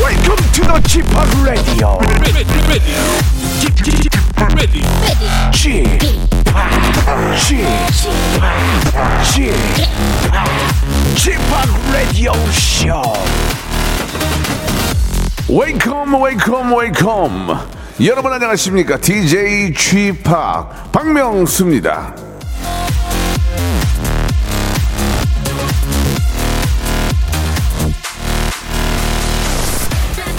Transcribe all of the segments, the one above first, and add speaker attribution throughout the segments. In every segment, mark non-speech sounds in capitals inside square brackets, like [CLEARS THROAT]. Speaker 1: Welcome to the g p o p Radio.
Speaker 2: ready, ready, Get- get- get ready,
Speaker 1: g p o p g p o p g p o p Radio Show.
Speaker 3: 웨이컴 웨이컴 웨이컴 여러분 안녕하십니까 DJ g p o p 박명수입니다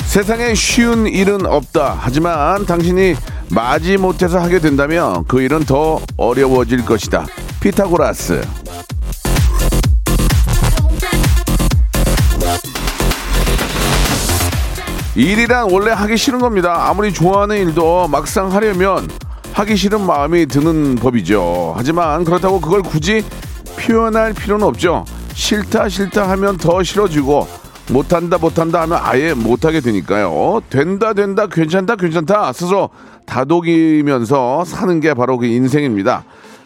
Speaker 3: 세상에 쉬운 일은 없다 하지만 당신이 마지못해서 하게 된다면 그 일은 더 어려워질 것이다 피타고라스 일이란 원래 하기 싫은 겁니다. 아무리 좋아하는 일도 막상 하려면 하기 싫은 마음이 드는 법이죠. 하지만 그렇다고 그걸 굳이 표현할 필요는 없죠. 싫다 싫다 하면 더 싫어지고 못한다 못한다 하면 아예 못하게 되니까요. 된다 된다 괜찮다 괜찮다 스스로 다독이면서 사는 게 바로 그 인생입니다.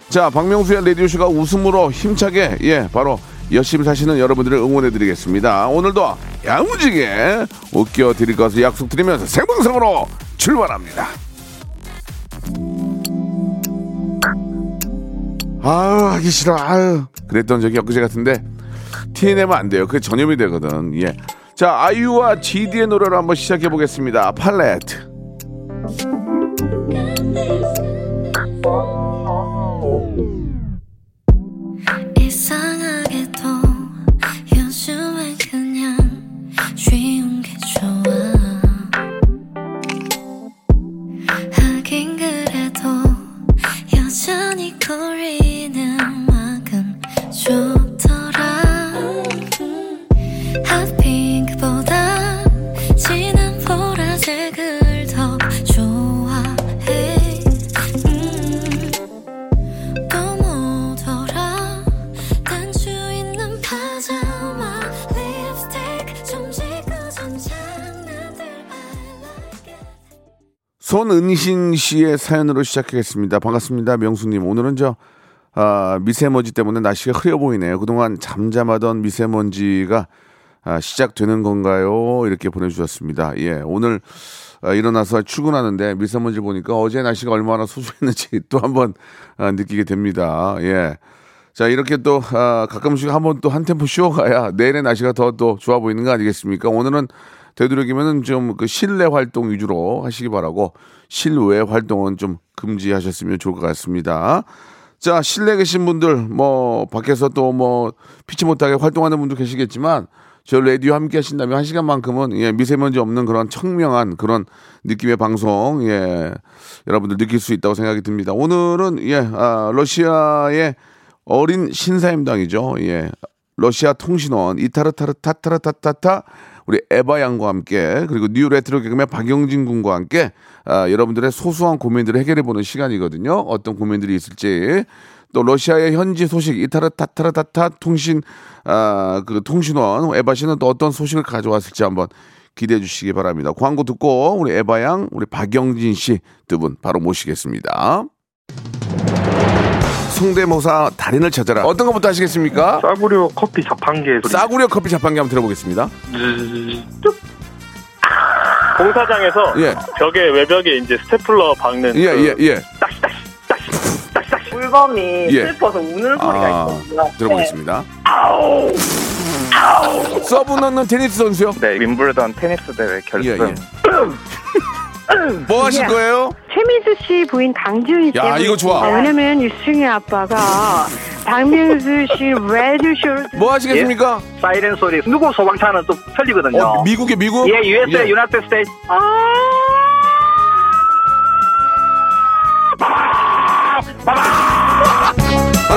Speaker 3: 자, 박명수의 라디오쇼가 웃음으로 힘차게, 예, 바로 열심히 사시는 여러분들을 응원해드리겠습니다. 오늘도 야무지게 웃겨드릴 것을 약속드리면서 생방송으로 출발합니다. 아유, 하기 싫어, 아유. 그랬던 적이 엊그제 같은데, 티 내면 안 돼요. 그게 전염이 되거든, 예. 자, 아이유와 GD의 노래로 한번 시작해보겠습니다. 팔레트.
Speaker 4: 이상하게도 요즘엔 그냥 쉬운 게 좋아 하긴 그래도 여전히 거리는 막은 좋더라 핫핑크보다 진한 보라색을 더 좋아해 음. 또뭐더라 단추 있는 파자마 립스틱 좀 지그전 장난들 I like it
Speaker 3: 손은신 씨의 사연으로 시작하겠습니다. 반갑습니다, 명수님. 오늘은 저 아, 미세먼지 때문에 날씨가 흐려 보이네요. 그동안 잠잠하던 미세먼지가 아, 시작되는 건가요? 이렇게 보내주셨습니다. 예, 오늘 아, 일어나서 출근하는데 미세먼지 보니까 어제 날씨가 얼마나 소중했는지 [LAUGHS] 또 한번 아, 느끼게 됩니다. 예. 자 이렇게 또 아, 가끔씩 한번 또 한 템포 쉬어가야 내일의 날씨가 더 또 좋아 보이는 거 아니겠습니까? 오늘은 되도록이면은 좀 그 실내 활동 위주로 하시기 바라고 실외 활동은 좀 금지하셨으면 좋을 것 같습니다. 자 실내 계신 분들 뭐 밖에서 또 뭐 피치 못하게 활동하는 분도 계시겠지만 저 라디오 함께 하신다면 한 시간만큼은 예, 미세먼지 없는 그런 청명한 그런 느낌의 방송 예 여러분들 느낄 수 있다고 생각이 듭니다. 오늘은 예 아, 러시아의 어린 신사임당이죠. 예. 러시아 통신원 이타르타르 타타르타타타 우리 에바 양과 함께 그리고 뉴 레트로 개그맨 박영진 군과 함께 아, 여러분들의 소소한 고민들을 해결해 보는 시간이거든요. 어떤 고민들이 있을지 또 러시아의 현지 소식 이타르타타르타타 통신 아, 그 통신원 에바 씨는 또 어떤 소식을 가져왔을지 한번 기대해 주시기 바랍니다. 광고 듣고 우리 에바 양, 우리 박영진 씨 두 분 바로 모시겠습니다. 성대모사 달인을 찾아라. 어떤 것부터 하시겠습니까?
Speaker 5: 싸구려 커피 자판기에서
Speaker 3: 싸구려 커피 자판기 한번 들어보겠습니다.
Speaker 6: 공사장에서
Speaker 3: 예.
Speaker 6: 벽에 외벽에 이제 스테플러 박는
Speaker 3: 예,
Speaker 6: 그
Speaker 3: 예, 예.
Speaker 7: 물범이
Speaker 3: 예.
Speaker 7: 슬퍼서 우는 소리가
Speaker 3: 아,
Speaker 7: 있거든요.
Speaker 3: 들어보겠습니다. 서브 넣는 테니스 선수요?
Speaker 5: 네 윈블던 테니스 대회 결승
Speaker 3: 예, 예. 뭐 하실 거예요?
Speaker 8: 최민수 씨 부인 강지훈 씨.
Speaker 3: 야, 이거 좋아.
Speaker 8: 아, 왜냐면 유승희 아빠가 박민수 씨 레드쇼를
Speaker 3: 뭐 하시겠습니까?
Speaker 5: 사이렌 소리 누구 소방차는 또 틀리거든요
Speaker 3: 어, 미국의 미국?
Speaker 5: 예 USA
Speaker 3: 예.
Speaker 5: 유나이티드 스테이트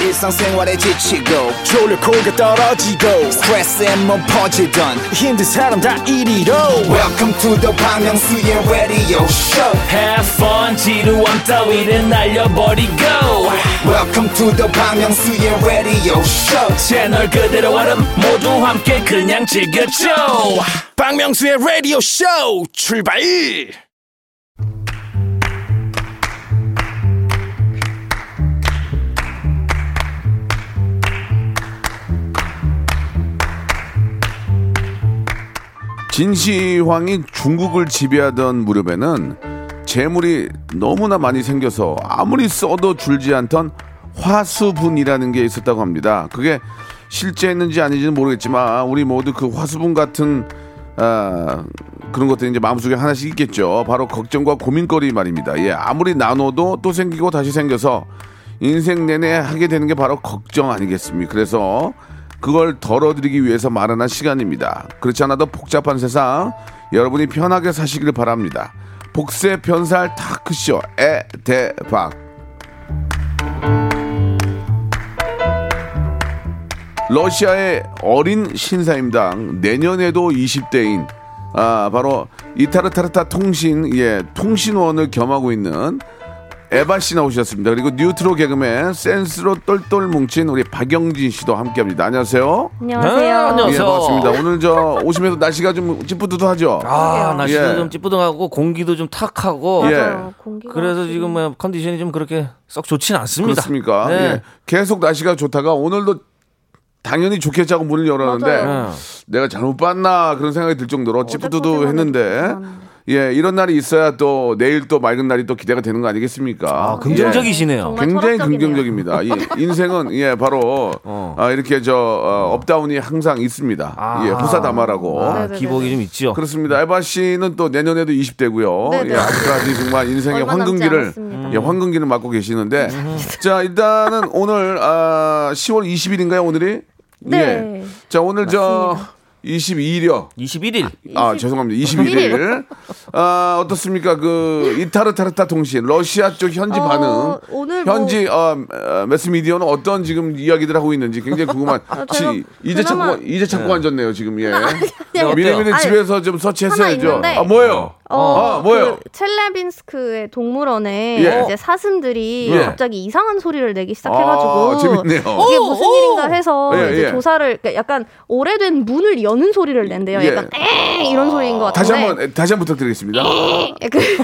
Speaker 9: 일상생활에 지치고, 졸려 코가 떨어지고, 스트레스에 몸 퍼지던, 힘든 사람 다 이리로. welcome to the Bang Myung-soo's radio show
Speaker 10: Have fun 지루함 따위를 날려버리고
Speaker 9: welcome to the Bang Myung-soo's radio show
Speaker 10: 채널 그대로 얼음 모두 함께 그냥 즐겨줘
Speaker 9: 박명수의 라디오 쇼 출발
Speaker 3: 진시황이 중국을 지배하던 무렵에는 재물이 너무나 많이 생겨서 아무리 써도 줄지 않던 화수분이라는 게 있었다고 합니다. 그게 실제였는지 아닌지는 모르겠지만 우리 모두 그 화수분 같은 아, 그런 것들이 이제 마음속에 하나씩 있겠죠. 바로 걱정과 고민거리 말입니다. 예, 아무리 나눠도 또 생기고 다시 생겨서 인생 내내 하게 되는 게 바로 걱정 아니겠습니까? 그래서 그걸 덜어드리기 위해서 마련한 시간입니다. 그렇지 않아도 복잡한 세상 여러분이 편하게 사시길 바랍니다. 복세 편살 다크쇼 에대박 러시아의 어린 신사임당 내년에도 20대인 아 바로 이타르타르타 통신 예 통신원을 겸하고 있는 에바 씨 나오셨습니다. 그리고 뉴트로 개그맨 센스로 똘똘 뭉친 우리 박영진 씨도 함께합니다. 안녕하세요.
Speaker 7: 안녕하세요.
Speaker 10: 아, 안녕.
Speaker 3: 예,
Speaker 10: 안녕하세요.
Speaker 3: 반갑습니다. 오늘 저 오시면서 날씨가 좀 찌뿌드드하죠.
Speaker 10: 아, 날씨도
Speaker 3: 예.
Speaker 10: 좀 찌뿌둥하고 공기도 좀 탁하고.
Speaker 3: 예.
Speaker 7: 맞아요. 공기가
Speaker 10: 그래서
Speaker 7: 지금
Speaker 10: 지금 뭐 컨디션이 좀 그렇게 썩 좋진 않습니다.
Speaker 3: 그렇습니까?
Speaker 10: 네.
Speaker 3: 예. 계속 날씨가 좋다가 오늘도 당연히 좋겠지 하고 문을 열었는데 네.
Speaker 10: 예.
Speaker 3: 내가 잘못 봤나 그런 생각이 들 정도로 찌뿌드도
Speaker 10: 뭐
Speaker 3: 했는데 예 이런 날이 있어야 또 내일 또 맑은 날이 또 기대가 되는 거 아니겠습니까?
Speaker 10: 아, 긍정적이시네요.
Speaker 3: 예. 굉장히 긍정적입니다. 예, 인생은 예 바로
Speaker 10: 어.
Speaker 3: 아, 이렇게 저 어, 업다운이 항상 있습니다.
Speaker 10: 아.
Speaker 3: 예 부사다마라고
Speaker 10: 아,
Speaker 7: 네네네.
Speaker 10: 기복이 좀 있죠.
Speaker 3: 그렇습니다. 에바 씨는 또 내년에도 20대고요.
Speaker 7: 네네.
Speaker 3: 예, 아직까지 정말 인생의
Speaker 7: 얼마 남지
Speaker 3: 황금기를
Speaker 7: 않았습니다. 네.
Speaker 3: 예, 황금기를 맞고 계시는데 자 일단은 오늘 아, 10월 20일인가요 오늘이?
Speaker 7: 네.
Speaker 3: 예. 자 오늘 저 22일이요.
Speaker 10: 21일.
Speaker 3: 아 죄송합니다. 21일. 아 어떻습니까? 그 이타르타르타 통신 러시아 쪽 현지
Speaker 7: 어,
Speaker 3: 반응.
Speaker 7: 오늘 뭐-
Speaker 3: 현지 어, 어, 매스미디어는 어떤 지금 이야기들 하고 있는지 굉장히 궁금한.
Speaker 7: 아, 제가
Speaker 3: 지- 이제
Speaker 7: 그나마-
Speaker 3: 찾고 이제 찾고 앉았네요 지금
Speaker 7: [LAUGHS]
Speaker 3: 예.
Speaker 10: 어때요?
Speaker 3: 미리미리
Speaker 7: 아니,
Speaker 3: 집에서 좀 서치했어야죠.
Speaker 7: 있는데.
Speaker 3: 아 뭐예요? 아 뭐예요?
Speaker 7: 그 첼레빈스크의 동물원에
Speaker 3: 예.
Speaker 7: 이제 사슴들이
Speaker 3: 예.
Speaker 7: 갑자기 이상한 소리를 내기 시작해가지고
Speaker 3: 아, 재밌네요.
Speaker 7: 이게 무슨 일인가 해서
Speaker 3: 예,
Speaker 7: 이제
Speaker 3: 예.
Speaker 7: 조사를 그러니까 약간 오래된 문을 여는 소리를 낸대요.
Speaker 3: 예.
Speaker 7: 약간 에 이런 소리인 것 같은데
Speaker 3: 다시 한번 다시 한번 부탁드리겠습니다.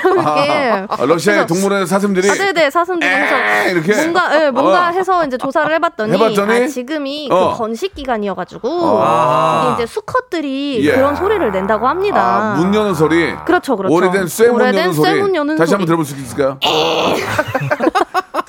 Speaker 7: 그런
Speaker 3: 아,
Speaker 7: 느낌.
Speaker 3: 아, 러시아의
Speaker 7: 예. 그래서-
Speaker 3: 동물원 사슴들이
Speaker 7: 아, 네네 사슴들이
Speaker 3: 에이,
Speaker 7: 해서
Speaker 3: 이렇게?
Speaker 7: 뭔가 예, 뭔가
Speaker 3: 어.
Speaker 7: 해서 이제 조사를 해봤더니,
Speaker 3: 해봤더니?
Speaker 7: 아, 지금이
Speaker 3: 어.
Speaker 7: 그 번식 기간이어가지고
Speaker 3: 아.
Speaker 7: 이게 이제 수컷들이
Speaker 3: 예.
Speaker 7: 그런 소리를 낸다고 합니다.
Speaker 3: 아, 문 여는 소리.
Speaker 7: 그렇죠, 그렇죠.
Speaker 3: 오래된 쇠문
Speaker 7: 오래된
Speaker 3: 여는 소리.
Speaker 7: 쇠문 여는
Speaker 3: 다시
Speaker 7: 소리.
Speaker 3: 한번 들어볼 수 있을까요?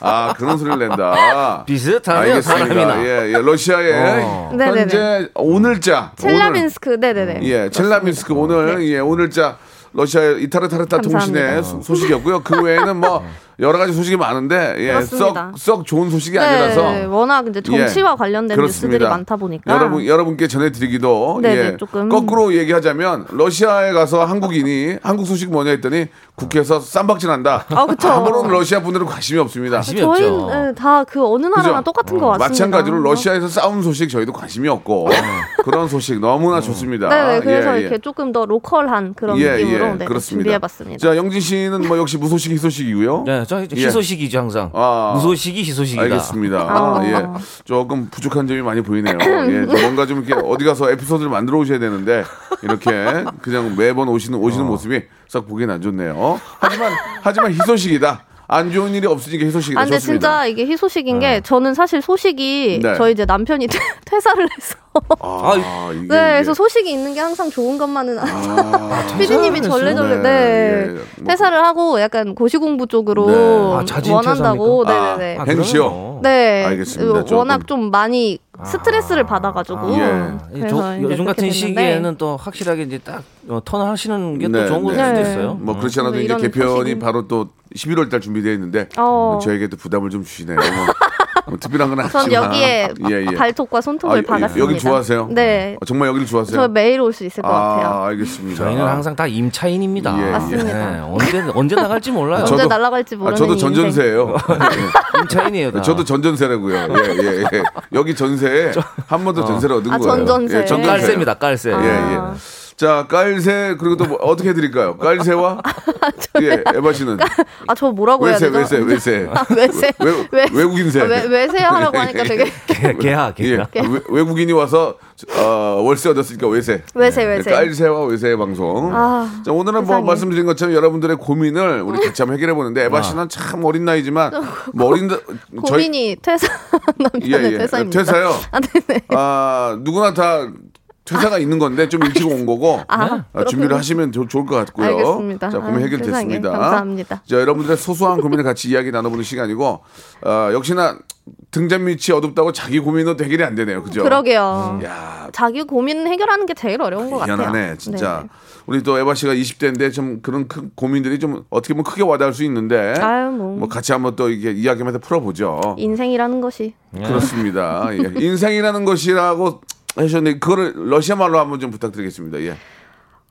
Speaker 3: 아 그런 소리를 낸다.
Speaker 10: 비슷하네요,
Speaker 3: 알겠습니다.
Speaker 10: 사람이나.
Speaker 3: 예, 예. 러시아의
Speaker 10: 어.
Speaker 3: 현재
Speaker 7: 네네네.
Speaker 3: 오늘자
Speaker 7: 첼라빈스크 네네네.
Speaker 3: 오늘, 예, 첼라빈스크 오늘 예 오늘자 러시아 의 이타르타르타
Speaker 7: 감사합니다. 네.
Speaker 3: 통신의 소- 소식이었고요. 그 외에는 뭐 여러 가지 소식이 많은데 예,
Speaker 7: 그렇습니다.
Speaker 3: 썩 썩 좋은 소식이
Speaker 7: 네,
Speaker 3: 아니라서
Speaker 7: 워낙 이제 정치와
Speaker 3: 예,
Speaker 7: 관련된
Speaker 3: 그렇습니다.
Speaker 7: 뉴스들이 많다 보니까
Speaker 3: 여러분 여러분께 전해드리기도
Speaker 7: 네네,
Speaker 3: 예,
Speaker 7: 조금.
Speaker 3: 거꾸로 얘기하자면 러시아에 가서 한국인이 한국 소식 뭐냐 했더니 국회에서 쌈박질한다.
Speaker 7: 아, 그쵸.
Speaker 3: 아무런 러시아 분들은 관심이 없습니다.
Speaker 10: 관심이 없죠.
Speaker 7: 저희는 예, 다 그 어느 나라나
Speaker 3: 그죠?
Speaker 7: 똑같은 것 같습니다. 네.
Speaker 3: 마찬가지로 러시아에서 싸운 소식 저희도 관심이 없고 그런 소식 너무나 좋습니다.
Speaker 7: 네네 그래서
Speaker 3: 예, 예.
Speaker 7: 이렇게 조금 더 로컬한 그런
Speaker 3: 예,
Speaker 7: 느낌으로
Speaker 3: 예,
Speaker 7: 네,
Speaker 3: 그렇습니다.
Speaker 7: 준비해봤습니다.
Speaker 3: 자, 영진 씨는 뭐 역시 무소식 희소식이고요.
Speaker 10: 네, 저 이제
Speaker 3: 예.
Speaker 10: 희소식이죠 항상.
Speaker 3: 아.
Speaker 10: 무소식이 희소식이다.
Speaker 3: 알겠습니다.
Speaker 7: 아.
Speaker 3: 예. 조금 부족한 점이 많이 보이네요. 예. 뭔가 좀 이렇게 어디 가서 에피소드를 만들어 오셔야 되는데 이렇게 그냥 매번 오시는 오시는 모습이 썩 보기엔 안 좋네요. 하지만 하지만 희소식이다. 안 좋은 일이 없으니까 희소식이다.
Speaker 7: 아, 근데
Speaker 3: 좋습니다.
Speaker 7: 진짜 이게 희소식인 게 저는 사실 소식이
Speaker 3: 네.
Speaker 7: 저희 이제 남편이 [LAUGHS] 퇴- 퇴사를 해서
Speaker 3: 아, 이게,
Speaker 7: 네 그래서
Speaker 3: 이게.
Speaker 7: 소식이 있는 게 항상 좋은 것만은 아니죠.
Speaker 3: 아,
Speaker 7: [LAUGHS] 피디님이 절레절레
Speaker 3: 네,
Speaker 7: 네,
Speaker 3: 예, 예. 뭐-
Speaker 7: 퇴사를 하고 약간 고시공부 쪽으로
Speaker 3: 네.
Speaker 10: 아, 자진
Speaker 7: 원한다고
Speaker 3: 퇴사입니까?
Speaker 7: 네네네
Speaker 3: 아, 행시요?
Speaker 7: 네
Speaker 3: 알겠습니다.
Speaker 7: 그 워낙
Speaker 3: 조금.
Speaker 7: 좀 많이 스트레스를 받아가지고
Speaker 3: 예.
Speaker 10: 아. 이
Speaker 7: 그래서
Speaker 10: 저-
Speaker 7: 이제
Speaker 10: 요즘 같은
Speaker 7: 그렇게 됐는데
Speaker 10: 시기에는 또 확실하게 이제 딱 어, 턴하시는 게 또
Speaker 3: 네,
Speaker 10: 좋은 걸
Speaker 3: 네.
Speaker 10: 수도
Speaker 7: 네.
Speaker 10: 있어요. 음.
Speaker 3: 뭐 그렇지 않아도
Speaker 7: 뭐
Speaker 3: 이제
Speaker 7: 이런
Speaker 3: 개편이
Speaker 7: 소식이-
Speaker 3: 바로 또 11월 달 준비되어 있는데 뭐
Speaker 7: 어.
Speaker 3: 저에게 또 부담을 좀 주시네요. 뭐 특별한 건 아니지만
Speaker 7: 전 여기에
Speaker 3: 예, 예.
Speaker 7: 발톱과 손톱을
Speaker 3: 아,
Speaker 7: 박았습니다.
Speaker 3: 여기 좋아하세요?
Speaker 7: 네.
Speaker 3: 어, 정말 여기를 좋아하세요?
Speaker 7: 저 매일 올 수 있을 것 같아요. [LAUGHS]
Speaker 3: 아, 알겠습니다.
Speaker 10: 저희는 항상 다 임차인입니다.
Speaker 3: 예, 예.
Speaker 7: 맞습니다.
Speaker 10: 언제 언제 나갈지 몰라요.
Speaker 7: 언제 날아갈지 모르는
Speaker 3: 아, 저도
Speaker 7: 이 [LAUGHS]
Speaker 3: 전전세예요.
Speaker 10: 임차인이에요. 다.
Speaker 3: 저도 전전세라고요. 예, 예, 예. 여기 전세에 한 번도 전세를 얻은
Speaker 7: 아,
Speaker 3: 거예요.
Speaker 7: 전전세. 아.
Speaker 3: 예, 전전세.
Speaker 10: 어. 깔세입니다. 깔세.
Speaker 3: 예, 예. 자, 깔세 그리고 또 뭐, 어떻게 해 드릴까요? 깔세와 예, 에바 씨는
Speaker 7: 아, 저 뭐라고 해야
Speaker 3: 외세,
Speaker 7: 되죠?
Speaker 3: 외세, 외세.
Speaker 7: 아, 외세.
Speaker 3: 외-
Speaker 7: 외-
Speaker 3: 외국인세.
Speaker 7: 아, 외, 외세 하라고 하니까
Speaker 3: [LAUGHS] 네.
Speaker 7: 되게
Speaker 10: 개- 개하
Speaker 3: 예,
Speaker 10: 개하.
Speaker 3: 외- 외국인이 와서 어, 월세 얻었으니까 외세. 예,
Speaker 7: 외세, 외세.
Speaker 3: 깔세와 외세 방송.
Speaker 7: 아,
Speaker 3: 자, 오늘은 뭐
Speaker 7: 세상에.
Speaker 3: 말씀드린 것처럼 여러분들의 고민을 우리 같이 한번 해결해 보는데 에바 씨는 참 어린 나이지만 뭐 어린 나- 저희
Speaker 7: 고민이 퇴사 [LAUGHS] 남편의
Speaker 3: 예, 예.
Speaker 7: 퇴사입니다. 네,
Speaker 3: 퇴사요?
Speaker 7: 아, 네네.
Speaker 3: 아 누구나 다 회사가 있는 건데 좀 일찍 온 거고 아, 준비를 하시면 좋- 좋을 것 같고요.
Speaker 7: 알겠습니다.
Speaker 3: 자, 고민
Speaker 7: 아,
Speaker 3: 해결됐습니다.
Speaker 7: 세상에, 감사합니다.
Speaker 3: 자, 여러분들의 소소한 고민을 같이 이야기 나눠보는 시간이고 어, 역시나 등잔 밑이 어둡다고 자기 고민은 해결이 안 되네요. 그죠? 음.
Speaker 7: 그러게요.
Speaker 3: 야,
Speaker 7: 자기 고민 해결하는 게 제일 어려운 음. 것 같아요.
Speaker 3: 미안하네 진짜. 우리 또 에바 씨가 20대인데 좀 그런 큰 고민들이 좀 어떻게 보면 크게 와닿을 수 있는데
Speaker 7: 네. 아유 예. 뭐,
Speaker 3: 뭐 같이 한번 또 이게 이야기하면서 풀어보죠.
Speaker 7: 인생이라는 것이
Speaker 3: 그렇습니다. 예. 인생이라는 것이라고 하셨는데 그거를 러시아 말로 한번 좀 부탁드리겠습니다. 예.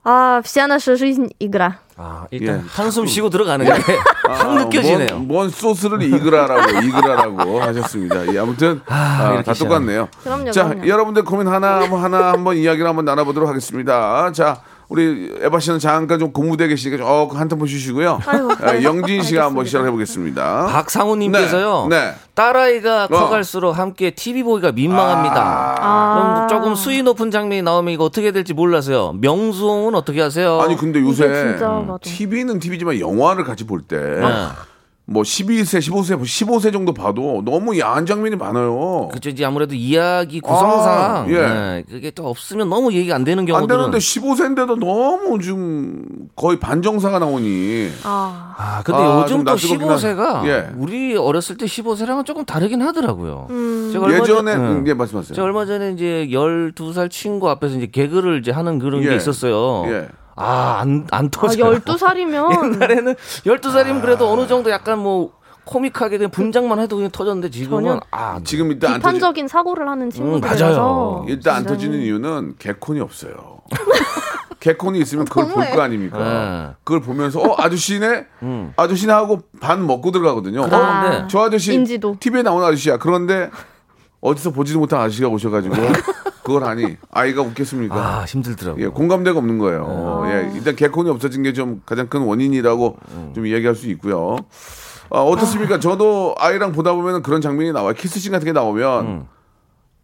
Speaker 7: 아 비아나 쇼슈인 이그라.
Speaker 10: 아, 일단
Speaker 3: 예.
Speaker 10: 한숨 쉬고 들어가는 게 [LAUGHS] 확
Speaker 3: 아,
Speaker 10: 느껴지네요.
Speaker 3: 뭔, 뭔 소스를 이그라라고 [LAUGHS] 이그라라고 하셨습니다. 예, 아무튼 아,
Speaker 10: 이렇게
Speaker 3: 다
Speaker 10: 시작.
Speaker 3: 똑같네요.
Speaker 7: 그럼요,
Speaker 3: 자,
Speaker 7: 그럼요.
Speaker 3: 여러분들 고민 하나 뭐 하나 한번 이야기를 한번 나눠보도록 하겠습니다. 자, 우리 에바 씨는 잠깐 좀 공부되어 계시니까 좀 한탄포 쉬시고요.
Speaker 7: 아이고,
Speaker 3: 아,
Speaker 7: 아이고.
Speaker 3: 영진 씨가 한번
Speaker 7: 알겠습니다.
Speaker 3: 시작해 보겠습니다.
Speaker 10: 박상우님께서요.
Speaker 3: 네, 네.
Speaker 10: 딸아이가
Speaker 3: 어.
Speaker 10: 커갈수록 함께 TV 보기가 민망합니다.
Speaker 7: 아,
Speaker 10: 그럼 조금 수위 높은 장면이 나오면 이거 어떻게 해야 될지 몰라서요. 명수홍은 어떻게 하세요?
Speaker 3: 아니 그- 근데
Speaker 7: 이게
Speaker 3: 요새
Speaker 7: 진짜 맞아.
Speaker 3: TV는 TV지만 영화를 같이 볼 때 뭐
Speaker 10: 네.
Speaker 3: 12세, 15세, 15세 정도 봐도 너무 야한 장면이 많아요.
Speaker 10: 그쵸 이제 아무래도 이야기 구성상
Speaker 3: 아, 예.
Speaker 10: 네, 그게 또 없으면 너무 얘기가 안 되는
Speaker 3: 안
Speaker 10: 경우들은
Speaker 3: 되는데 15세인데도 너무 지금 거의 반정사가 나오니
Speaker 7: 아,
Speaker 10: 아 근데
Speaker 3: 아, 좀
Speaker 10: 요즘 또
Speaker 3: 낯설긴 하-
Speaker 10: 15세가
Speaker 3: 예.
Speaker 10: 우리 어렸을 때 15세랑은 조금 다르긴 하더라고요.
Speaker 7: 음.
Speaker 10: 제가 얼마 전-
Speaker 3: 예전에
Speaker 10: 네.
Speaker 3: 음, 예 말씀하세요.
Speaker 10: 제가 얼마 전에 이제 12살 친구 앞에서 이제 개그를 이제 하는 그런
Speaker 3: 예.
Speaker 10: 게 있었어요.
Speaker 3: 예.
Speaker 10: 아, 안, 안
Speaker 7: 아
Speaker 10: 터져요.
Speaker 3: [LAUGHS]
Speaker 7: 12살이면
Speaker 10: [LAUGHS] 옛날에는
Speaker 3: 아.
Speaker 10: 12살이면 그래도 어느 정도 약간 뭐 코믹하게 그냥 분장만 해도 그냥 터졌는데 지금은
Speaker 7: 전혀-
Speaker 10: 아,
Speaker 3: 지금 일단 안 터지,
Speaker 7: 비판적인 사고를 하는
Speaker 10: 음, 맞아요.
Speaker 7: 친구들이라서
Speaker 3: 일단 안
Speaker 7: 굉장히-
Speaker 3: 터지는 이유는 개콘이 없어요. 개콘이 있으면 그걸 볼
Speaker 7: 너무해.
Speaker 3: 거 아닙니까?
Speaker 10: 예.
Speaker 3: 그걸 보면서 어 아저씨네,
Speaker 10: 음.
Speaker 3: 아저씨네 하고 반 먹고 들어가거든요. 어,
Speaker 10: 그런데
Speaker 3: 저 아저씨
Speaker 7: 인지도.
Speaker 3: TV에 나오는 아저씨야. 그런데 어디서 보지도 못한 아저씨가 오셔가지고 그걸 하니 아이가 웃겠습니까?
Speaker 10: 아, 힘들더라고요.
Speaker 3: 예, 공감대가 없는 거예요. 어,
Speaker 10: 아.
Speaker 3: 예, 일단 개콘이 없어진 게 좀 가장 큰 원인이라고
Speaker 10: 음.
Speaker 3: 좀 이야기할 수 있고요. 아, 어떻습니까? 저도 아이랑 보다 보면 그런 장면이 나와요. 키스씬 같은 게 나오면
Speaker 10: 음.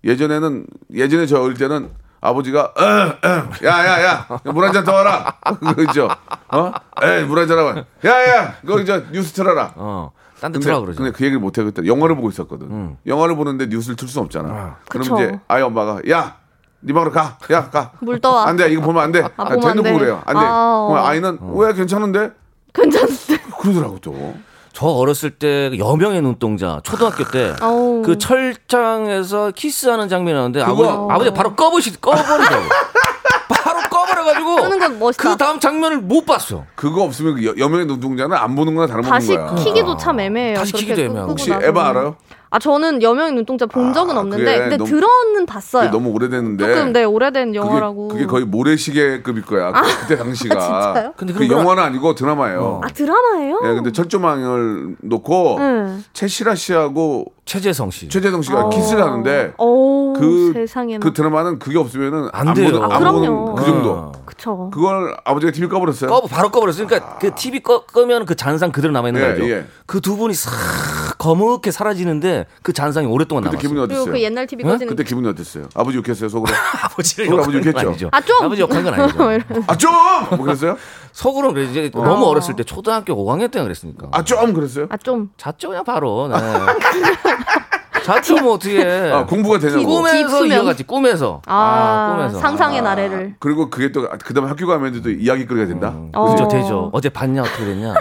Speaker 3: 예전에는 예전에 저 어릴 때는 아버지가 "어, 야야야 물 한 잔 더 와라 [LAUGHS] 그죠? 어? 에물 한 잔 와라. 야야 이거 이제 뉴스 틀어라.
Speaker 10: 어. 딴데
Speaker 3: 근데,
Speaker 10: 틀라 그러죠. 음.
Speaker 3: 근데 그 얘기를 못 하겠다. 영화를 보고 있었거든. 영화를 보는데 뉴스를 틀 수 없잖아. 그럼
Speaker 7: 그쵸.
Speaker 3: 이제 아이 엄마가 야, 네 방으로 가. 야, 가.
Speaker 7: 물 떠와.
Speaker 3: 안 돼. 이거 보면 안 돼.
Speaker 7: 아, 보면 안
Speaker 3: 대놓고
Speaker 7: 돼.
Speaker 3: 그래요. 안 돼.
Speaker 7: 아, 어.
Speaker 3: 그럼 아이는 왜 괜찮은데?
Speaker 7: 괜찮은데.
Speaker 3: 그러더라고 또.
Speaker 10: 저 어렸을 때 여명의 눈동자 초등학교 때
Speaker 7: [LAUGHS] 아우.
Speaker 10: 그 철장에서 키스하는 장면이 나오는데
Speaker 3: 그거-
Speaker 10: 아버지 아버지 바로 꺼버시 [LAUGHS] 꺼버리더라고. 바로 꺼버려가지고
Speaker 7: 하는 건 멋있다.
Speaker 10: 그 다음 장면을 못 봤어.
Speaker 3: 그거 없으면 그 여- 여명의 눈동자는 안 보는 거나 다른
Speaker 7: 다시
Speaker 3: 거야.
Speaker 7: 키기도 참 애매해요.
Speaker 10: 아. 다시
Speaker 7: 그렇게
Speaker 10: 키기도
Speaker 7: 끄-
Speaker 10: 애매하고.
Speaker 7: 끄고
Speaker 3: 혹시
Speaker 7: 나서는.
Speaker 3: 에바 알아요?
Speaker 7: 아 저는 여명의 눈동자 본
Speaker 3: 아,
Speaker 7: 적은 없는데
Speaker 3: 그게
Speaker 7: 근데
Speaker 3: 너무-
Speaker 7: 들어는
Speaker 3: 그게
Speaker 7: 봤어요.
Speaker 3: 너무 오래됐는데.
Speaker 7: 네. 조금 네 오래된
Speaker 3: 그게-
Speaker 7: 영화라고. 아,
Speaker 3: 그게, 거의 모래시계급일 거야. 그- 그때 당시가.
Speaker 7: 진짜요?
Speaker 10: 근데
Speaker 3: 그
Speaker 10: 그런 어. 건-
Speaker 3: 영화는 아니고 드라마예요.
Speaker 7: 아 드라마예요?
Speaker 3: 예, 근데 철조망을 놓고
Speaker 7: 네.
Speaker 3: 최시라 씨하고
Speaker 10: 최재성 씨.
Speaker 3: 최재동 씨가
Speaker 7: 어.
Speaker 3: 키스를 하는데
Speaker 7: 오,
Speaker 3: 그,
Speaker 7: 어, 세상에나.
Speaker 3: 그 드라마는 그게 없으면은
Speaker 10: 안
Speaker 3: 안
Speaker 10: 돼요.
Speaker 3: 보는,
Speaker 10: 아,
Speaker 3: 안 보는
Speaker 7: 그럼요.
Speaker 3: 그 정도.
Speaker 7: 그쵸.
Speaker 3: 그걸 아버지가 TV 꺼버렸어요.
Speaker 10: 꺼 바로 꺼버렸어. 그러니까 그 TV 꺼, 끄면 그 잔상 그대로 남아 있는
Speaker 3: 예,
Speaker 10: 거 알죠?
Speaker 3: 예.
Speaker 10: 그 두 분이 싹 거뭇게 사라지는데 그 잔상이 오랫동안
Speaker 3: 그때
Speaker 10: 남았어요.
Speaker 3: 기분이
Speaker 7: 그리고
Speaker 3: 어땠어요?
Speaker 7: 그 옛날 TV 꺼지는
Speaker 3: 네? 그때 기분이 어땠어요? 아버지 욕했어요 속으로.
Speaker 10: [LAUGHS] 아버지를
Speaker 3: 그걸
Speaker 10: 욕한
Speaker 3: 아버지
Speaker 10: 건
Speaker 3: 욕했죠.
Speaker 10: 아니죠.
Speaker 7: 아, 좀!
Speaker 10: 아버지 욕한 건
Speaker 7: [LAUGHS]
Speaker 10: 아니죠.
Speaker 3: 아 좀! 뭐 그랬어요?
Speaker 10: 속으로 그래 이제 너무 어렸을 때 초등학교 5학년 때가 그랬으니까.
Speaker 3: 아 좀 그랬어요?
Speaker 7: 아좀
Speaker 10: 잤죠 그냥 바로.
Speaker 7: [LAUGHS]
Speaker 10: 네. 잤죠 뭐 어떻게. 해.
Speaker 3: 아 공부가 되냐고.
Speaker 7: 네. 기분-
Speaker 10: 꿈에서
Speaker 7: 깊으면.
Speaker 10: 이어갔지 꿈에서.
Speaker 7: 아,
Speaker 3: 아.
Speaker 7: 상상의 나래를.
Speaker 3: 그리고 그게 또 그다음 학교 가면 또 이야기거리가 된다.
Speaker 7: 어.
Speaker 10: 그죠 되죠. 어제 봤냐 어떻게 됐냐.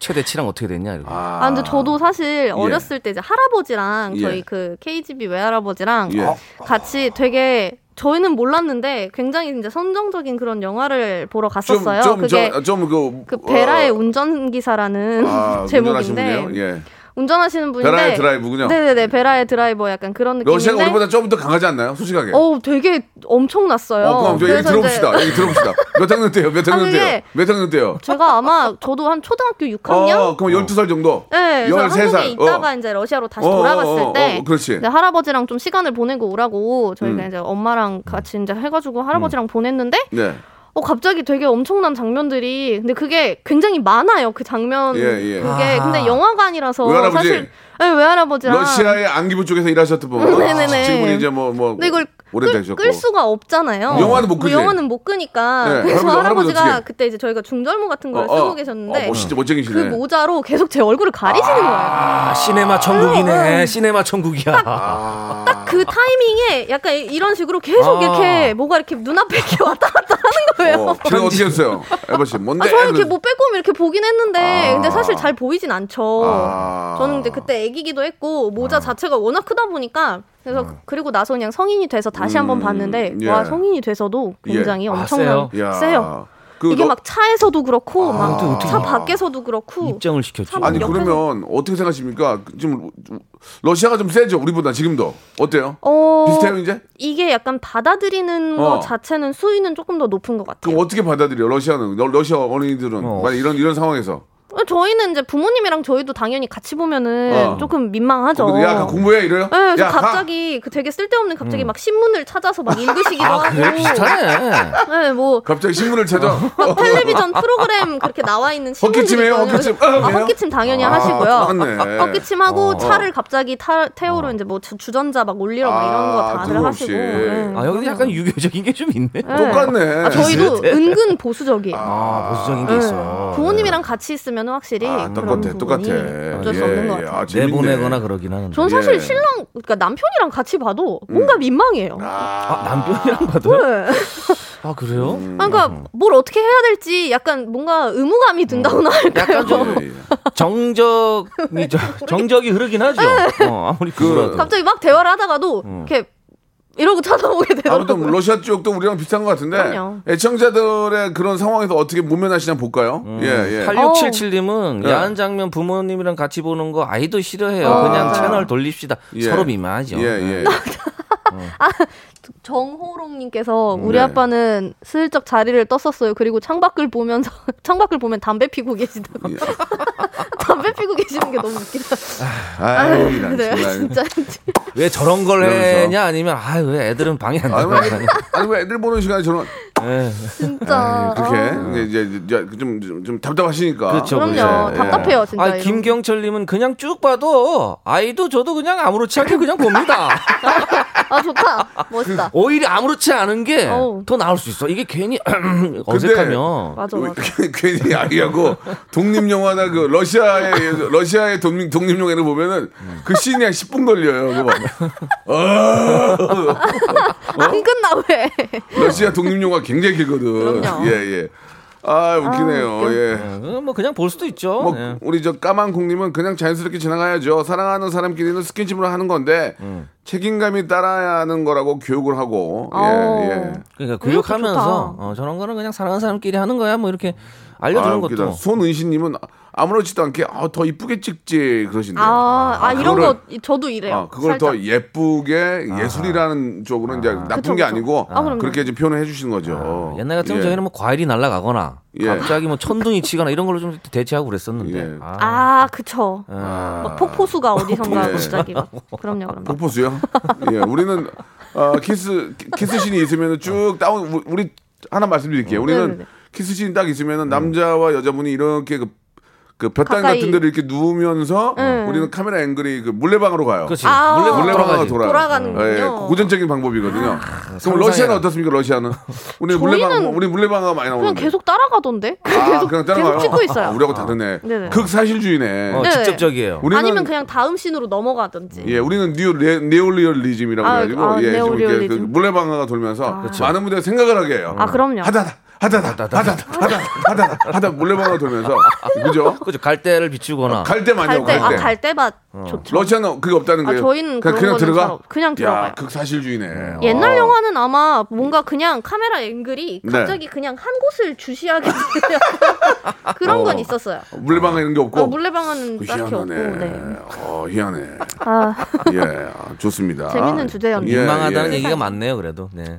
Speaker 10: 최대 치랑 어떻게 됐냐 이렇게.
Speaker 7: 아, 근데 저도 사실 어렸을 때 이제 할아버지랑
Speaker 3: 예.
Speaker 7: 저희 그 KGB 외할아버지랑
Speaker 3: 예.
Speaker 7: 같이 되게 저희는 몰랐는데 굉장히 이제 선정적인 그런 영화를 보러 갔었어요. 그게
Speaker 3: 좀좀좀그
Speaker 7: 그 베라의
Speaker 3: 어.
Speaker 7: 운전기사라는 [LAUGHS] 제목인데
Speaker 3: 예.
Speaker 7: 운전하시는 분인데
Speaker 3: 아, 베라의 드라이브군요.
Speaker 7: 네네네 베라의 드라이버 약간 그런
Speaker 3: 러시아가
Speaker 7: 느낌인데
Speaker 3: 우리보다 조금 더 강하지 않나요? 솔직하게.
Speaker 7: 어 되게 엄청났어요.
Speaker 3: 어, 그럼 저 얘기 들어봅시다.
Speaker 7: 이제 아,
Speaker 3: 얘기 들어봅시다. 몇 학년 때요? 몇 학년 때요?
Speaker 7: 그게-
Speaker 3: 몇 학년 때요?
Speaker 7: 제가 아마 저도 한 초등학교 6학년
Speaker 3: 어, 그럼 12살 정도?
Speaker 7: 네, 그래서
Speaker 3: 13살.
Speaker 7: 한국에 있다가 이제 러시아로 다시
Speaker 3: 어, 어,
Speaker 7: 돌아갔을
Speaker 3: 어, 어,
Speaker 7: 때 네.
Speaker 3: 어, 그렇지.
Speaker 7: 이제 할아버지랑 좀 시간을 보내고 오라고 저희가
Speaker 3: 음.
Speaker 7: 이제 엄마랑 같이 이제 해가지고 할아버지랑 보냈는데
Speaker 3: 네.
Speaker 7: 어 갑자기 되게 엄청난 장면들이 근데 그게 굉장히 많아요 그 장면
Speaker 3: 예, 예.
Speaker 7: 그게
Speaker 10: 아.
Speaker 7: 근데 영화관이라서
Speaker 3: 외할아버지.
Speaker 7: 사실 네, 외할아버지랑
Speaker 3: 러시아의 안기부 쪽에서 일하셨던 분. 아,
Speaker 7: 네네네.
Speaker 3: 지금은 이제 뭐, 뭐,
Speaker 7: 근데 이걸 끌,
Speaker 3: 오래되셨고.
Speaker 7: 끌 수가 없잖아요.
Speaker 3: 음. 영화는 못
Speaker 7: 그
Speaker 3: 끄지.
Speaker 7: 영화는 못 끄니까.
Speaker 3: 네,
Speaker 7: 그래서
Speaker 3: 할아버지, 할아버지
Speaker 7: 할아버지가
Speaker 3: 어떻게?
Speaker 7: 그때 이제 저희가 중절모 같은 걸
Speaker 3: 어, 어.
Speaker 7: 쓰고 계셨는데
Speaker 3: 아, 멋있지,
Speaker 7: 그
Speaker 3: 멋쟁이시네. 아.
Speaker 7: 모자로 계속 제 얼굴을 가리시는 거예요. 아.
Speaker 10: 아 시네마 천국이네. 시네마 천국이야.
Speaker 7: 딱 그 타이밍에 약간 이- 이런 식으로 계속
Speaker 3: 아.
Speaker 7: 이렇게 뭐가 이렇게 눈앞에 이렇게 왔다 갔다 하는 거예요.
Speaker 3: 어, 쟤는 어떻게 했어요? 에버 씨 뭔데?
Speaker 7: [LAUGHS] 아, 저는 이렇게
Speaker 3: 그래서-
Speaker 7: 뭐 빼꼼 이렇게 보긴 했는데
Speaker 3: 아.
Speaker 7: 근데 사실 잘 보이진 않죠.
Speaker 3: 아.
Speaker 7: 뭐, 저는 이제 그때 애기기도 했고 모자 자체가 워낙 크다 보니까 그래서 그리고 나서 그냥 성인이 돼서 다시 한번
Speaker 3: 음,
Speaker 7: 봤는데
Speaker 3: 예.
Speaker 7: 와 성인이 돼서도 굉장히
Speaker 3: 예. 아,
Speaker 7: 엄청난
Speaker 3: 세요? 야.
Speaker 7: 세요.
Speaker 3: 그
Speaker 7: 이게
Speaker 3: 너- 아,
Speaker 7: 막 차에서도 그렇고 막
Speaker 3: 어떻게, 어떻게.
Speaker 7: 차 밖에서도 그렇고
Speaker 3: 입장을
Speaker 7: 시켰죠.
Speaker 3: 아니
Speaker 7: 옆에서-
Speaker 3: 그러면 어떻게 생각하십니까? 지금 러시아가 좀 세죠 우리보다 지금도 어때요?
Speaker 7: 어,
Speaker 3: 비슷해요 이제?
Speaker 7: 이게 약간 받아들이는
Speaker 3: 어.
Speaker 7: 것 자체는 수위는 조금 더 높은 것 같아요.
Speaker 3: 그럼 어떻게 받아들여? 러시아는 러- 러시아 어린이들은 만약 이런 이런 상황에서
Speaker 7: 저희는 이제 부모님이랑 저희도 당연히 같이 보면은
Speaker 3: 어.
Speaker 7: 조금 민망하죠.
Speaker 3: 야 그거 공부해 이래요?
Speaker 7: 네, 그래서
Speaker 3: 야 가! 음.
Speaker 7: 갑자기 그 되게 쓸데없는 갑자기 막 신문을 찾아서 막 읽으시기도 하고. 네, 뭐
Speaker 3: 갑자기 신문을 찾아.
Speaker 7: [LAUGHS] 막 텔레비전 프로그램 그렇게 나와 있는 신문들
Speaker 3: 어. 헛기침해요?
Speaker 7: 있거든요.
Speaker 3: 헛기침.
Speaker 7: 그래서-
Speaker 3: 아,
Speaker 7: 아,
Speaker 3: 그래요?
Speaker 7: 헛기침 당연히
Speaker 3: 아,
Speaker 7: 하시고요.
Speaker 3: 똑같네.
Speaker 7: 헛기침하고
Speaker 3: 어.
Speaker 7: 차를 갑자기 타, 태우러 이제 뭐 주- 주전자 막 올리러 막 이런 거 다들 하시고. 네.
Speaker 10: 아 여기도 약간 유교적인 게 좀 있네.
Speaker 7: 네. 아, 저희도 은근 보수적이에요.
Speaker 10: 아 보수적인
Speaker 7: 네.
Speaker 10: 게 있어.
Speaker 7: 부모님이랑 같이 있으면 확실히 그런
Speaker 10: 똑같아, 예,
Speaker 7: 부분이 어쩔 수 없는 것 예, 같아요.
Speaker 10: 내보내거나 그러긴 하는데.
Speaker 7: 전 사실 신랑 그러니까 남편이랑 같이 봐도 뭔가 민망해요.
Speaker 10: 아, 남편이랑 봐도.
Speaker 7: 왜?
Speaker 10: 아 그래요?
Speaker 3: 음.
Speaker 7: 아, 그러니까 뭘 어떻게 해야 될지 약간 뭔가 의무감이 든다거나 할까요?
Speaker 10: 약간
Speaker 3: 예,
Speaker 10: 좀 정적이 저- 정적이 흐르긴 하죠.
Speaker 7: 네.
Speaker 10: 어, 아무리 그
Speaker 7: [LAUGHS] 갑자기 막 대화를 하다가도 이렇게 이러고 쳐다보게
Speaker 3: 아무튼
Speaker 7: 되더라고요.
Speaker 3: 러시아 쪽도 우리랑 비슷한 것 같은데
Speaker 7: 그럼요.
Speaker 3: 애청자들의 그런 상황에서 어떻게 모면하시냐 볼까요?
Speaker 10: 음,
Speaker 3: 예, 예.
Speaker 10: 8677님은
Speaker 3: 예.
Speaker 10: 야한 장면 부모님이랑 같이 보는 거 아이도 싫어해요.
Speaker 3: 아.
Speaker 10: 그냥 채널 돌립시다. 서로 민망하죠. 네.
Speaker 3: 예, 예.
Speaker 7: 정호롱님께서
Speaker 3: 음,
Speaker 7: 우리
Speaker 10: 네.
Speaker 7: 아빠는 슬쩍 자리를 떴었어요. 그리고 창밖을 보면서 [LAUGHS] 창밖을 보면 담배 피고 계시다고.
Speaker 3: 예.
Speaker 7: 담배 피고 계시는 게 너무 웃기다.
Speaker 3: 아. 아유, 이런
Speaker 7: 네,
Speaker 3: 정말.
Speaker 7: 진짜.
Speaker 10: 왜 저런 걸
Speaker 3: 그러면서.
Speaker 10: 해냐 아니면 아 왜 애들은 방해 안
Speaker 3: 아니,
Speaker 10: 되냐.
Speaker 3: 아니 왜 애들 보는 시간에 저는
Speaker 7: 진짜.
Speaker 3: 그렇게
Speaker 7: 아.
Speaker 3: 이제 이제 이제 좀, 좀, 좀 답답하시니까.
Speaker 10: 그렇죠.
Speaker 3: 예,
Speaker 10: 그렇죠.
Speaker 3: 예.
Speaker 10: 아, 김경철님은 그냥 쭉 봐도 아이도 저도 그냥 아무렇지 않게
Speaker 7: [LAUGHS]
Speaker 10: 그냥 봅니다.
Speaker 7: 아 좋다. 멋있다.
Speaker 3: 그,
Speaker 10: 오히려 아무렇지 않은 게
Speaker 7: 어우.
Speaker 10: 더 나올 수 있어. 이게 괜히 [CLEARS THROAT]
Speaker 3: 그,
Speaker 10: 어색하면
Speaker 7: 맞아, 맞아.
Speaker 3: 괜히 아이하고 독립 영화나 그 러시아의 러시아의 독립 독립 영화를 보면은 그 씬이 한 10분 걸려요. 그거. 어.
Speaker 7: 안 끝나 왜?
Speaker 3: 예, 러시아 독립 영화 굉장히 길거든.
Speaker 7: 그럼요.
Speaker 3: 예, 예. 아, 웃기네요.
Speaker 10: 웃겨.
Speaker 3: 예.
Speaker 10: 뭐 그냥 볼 수도 있죠.
Speaker 3: 뭐
Speaker 10: 예.
Speaker 3: 우리 저 까만 콩님은 그냥 자연스럽게 지나가야죠. 사랑하는 사람끼리는 스킨십으로 하는 건데
Speaker 10: 음.
Speaker 3: 책임감이 따라야 하는 거라고 교육을 하고
Speaker 10: 아오.
Speaker 7: 어.
Speaker 3: 예, 예.
Speaker 10: 그러니까 교육하면서 어, 저런 거는 그냥 사랑하는 사람끼리 하는 거야. 뭐 이렇게 알려주는
Speaker 3: 아, 웃기다.
Speaker 10: 것도.
Speaker 3: 손은신님은 아무렇지도 않게 아, 더 이쁘게 찍지 그러신데.
Speaker 7: 아, 아, 이런
Speaker 3: 그거를-
Speaker 7: 거 저도 이래요.
Speaker 3: 아, 그걸
Speaker 7: 살짝.
Speaker 3: 더 예쁘게
Speaker 10: 아.
Speaker 3: 예술이라는 쪽으로 이제 나쁜
Speaker 7: 그쵸,
Speaker 3: 게
Speaker 7: 그쵸.
Speaker 3: 아니고
Speaker 7: 아, 그럼요.
Speaker 3: 그렇게 이제 표현을 해주시는 거죠.
Speaker 10: 옛날 같으면
Speaker 3: 예.
Speaker 10: 저희는 뭐 과일이 날아가거나
Speaker 3: 예.
Speaker 10: 갑자기 뭐 천둥이 치거나 이런 걸로 좀 대체하고 그랬었는데. 아.
Speaker 7: 아, 그쵸. 막 폭포수가 어디선가
Speaker 3: 폭포수.
Speaker 7: 갑자기 막. 그럼요,
Speaker 3: [LAUGHS]
Speaker 7: 그럼요.
Speaker 3: 폭포수요? 예, 우리는 어, 키스 키- 키스신이 있으면 쭉 다운 우- 우리 하나 말씀드릴게요. 우리는
Speaker 7: 음. 네네네.
Speaker 3: 키스신이 딱
Speaker 10: 음.
Speaker 3: 있으면 남자와 여자분이 이렇게 그, 그 볕단
Speaker 7: 가까이.
Speaker 3: 같은 데를 이렇게 누우면서
Speaker 7: 음.
Speaker 3: 우리는 카메라 앵글이 그 물레방으로 가요.
Speaker 10: 그렇지. 아,
Speaker 7: 아. 물레방으로
Speaker 3: 물레방으로
Speaker 7: 돌아가지.
Speaker 3: 돌아.
Speaker 7: 돌아가는군요.
Speaker 3: 고전적인 방법이거든요. 그럼
Speaker 10: 상상해라.
Speaker 3: 러시아는 어떻습니까? 러시아는 우리 물레방
Speaker 7: 저희는
Speaker 3: 우리 물레방아 많이 나오는
Speaker 7: 그냥 계속 따라가던데?
Speaker 3: 아, 그냥 따라가요.
Speaker 7: 계속 찍고 있어요.
Speaker 3: 아, 우리하고 다르네.
Speaker 7: 네네.
Speaker 3: 극사실주의네.
Speaker 7: 어, 네. 직접적이에요.
Speaker 3: 우리는
Speaker 7: 아니면 그냥 다음 씬으로 넘어가든지.
Speaker 3: 예, 우리는 뉴 레, 네올리얼리즘이라고
Speaker 7: 아,
Speaker 3: 해가지고
Speaker 7: 아,
Speaker 3: 예, 좀 이렇게 그
Speaker 7: 네오리얼리즘.
Speaker 3: 물레방아가 돌면서 많은 분들이 생각을 하게 해요.
Speaker 7: 아, 그럼요.
Speaker 3: 하다다 하다다 하다다 하다다 하다다 하다 물레방아 돌면서 그죠?
Speaker 10: 그죠? 그렇죠. 갈대를 비추거나
Speaker 3: 갈대 많이 하고
Speaker 7: 갈대, 아,
Speaker 3: 갈대.
Speaker 7: 갈대밭 좋죠.
Speaker 3: 어. 러시아는 그게 없다는
Speaker 7: 아,
Speaker 3: 거예요.
Speaker 7: 저희는
Speaker 3: 그냥,
Speaker 7: 그런
Speaker 3: 그냥
Speaker 7: 거는
Speaker 3: 들어가.
Speaker 7: 잘 없- 그냥 들어가요. 음.
Speaker 3: 야, 극사실주의네.
Speaker 7: 옛날
Speaker 3: 어.
Speaker 7: 영화는 아마 뭔가 그냥 카메라 앵글이
Speaker 3: 네.
Speaker 7: 갑자기 그냥 한
Speaker 3: [LAUGHS]
Speaker 7: 곳을 주시하게 되는 그런
Speaker 3: 어.
Speaker 7: 건 있었어요.
Speaker 3: 물레방아 이런 게 없고.
Speaker 7: 어, 물레방아는
Speaker 3: 그
Speaker 7: 딱히 없고.
Speaker 3: 희한하네.
Speaker 7: 네.
Speaker 3: 어, 희한해.
Speaker 7: 아,
Speaker 3: 예, 아, 좋습니다.
Speaker 7: 재밌는 주제였네요.
Speaker 10: 민망하다는
Speaker 3: 예, 예.
Speaker 10: 얘기가 많네요. 그래도. 네.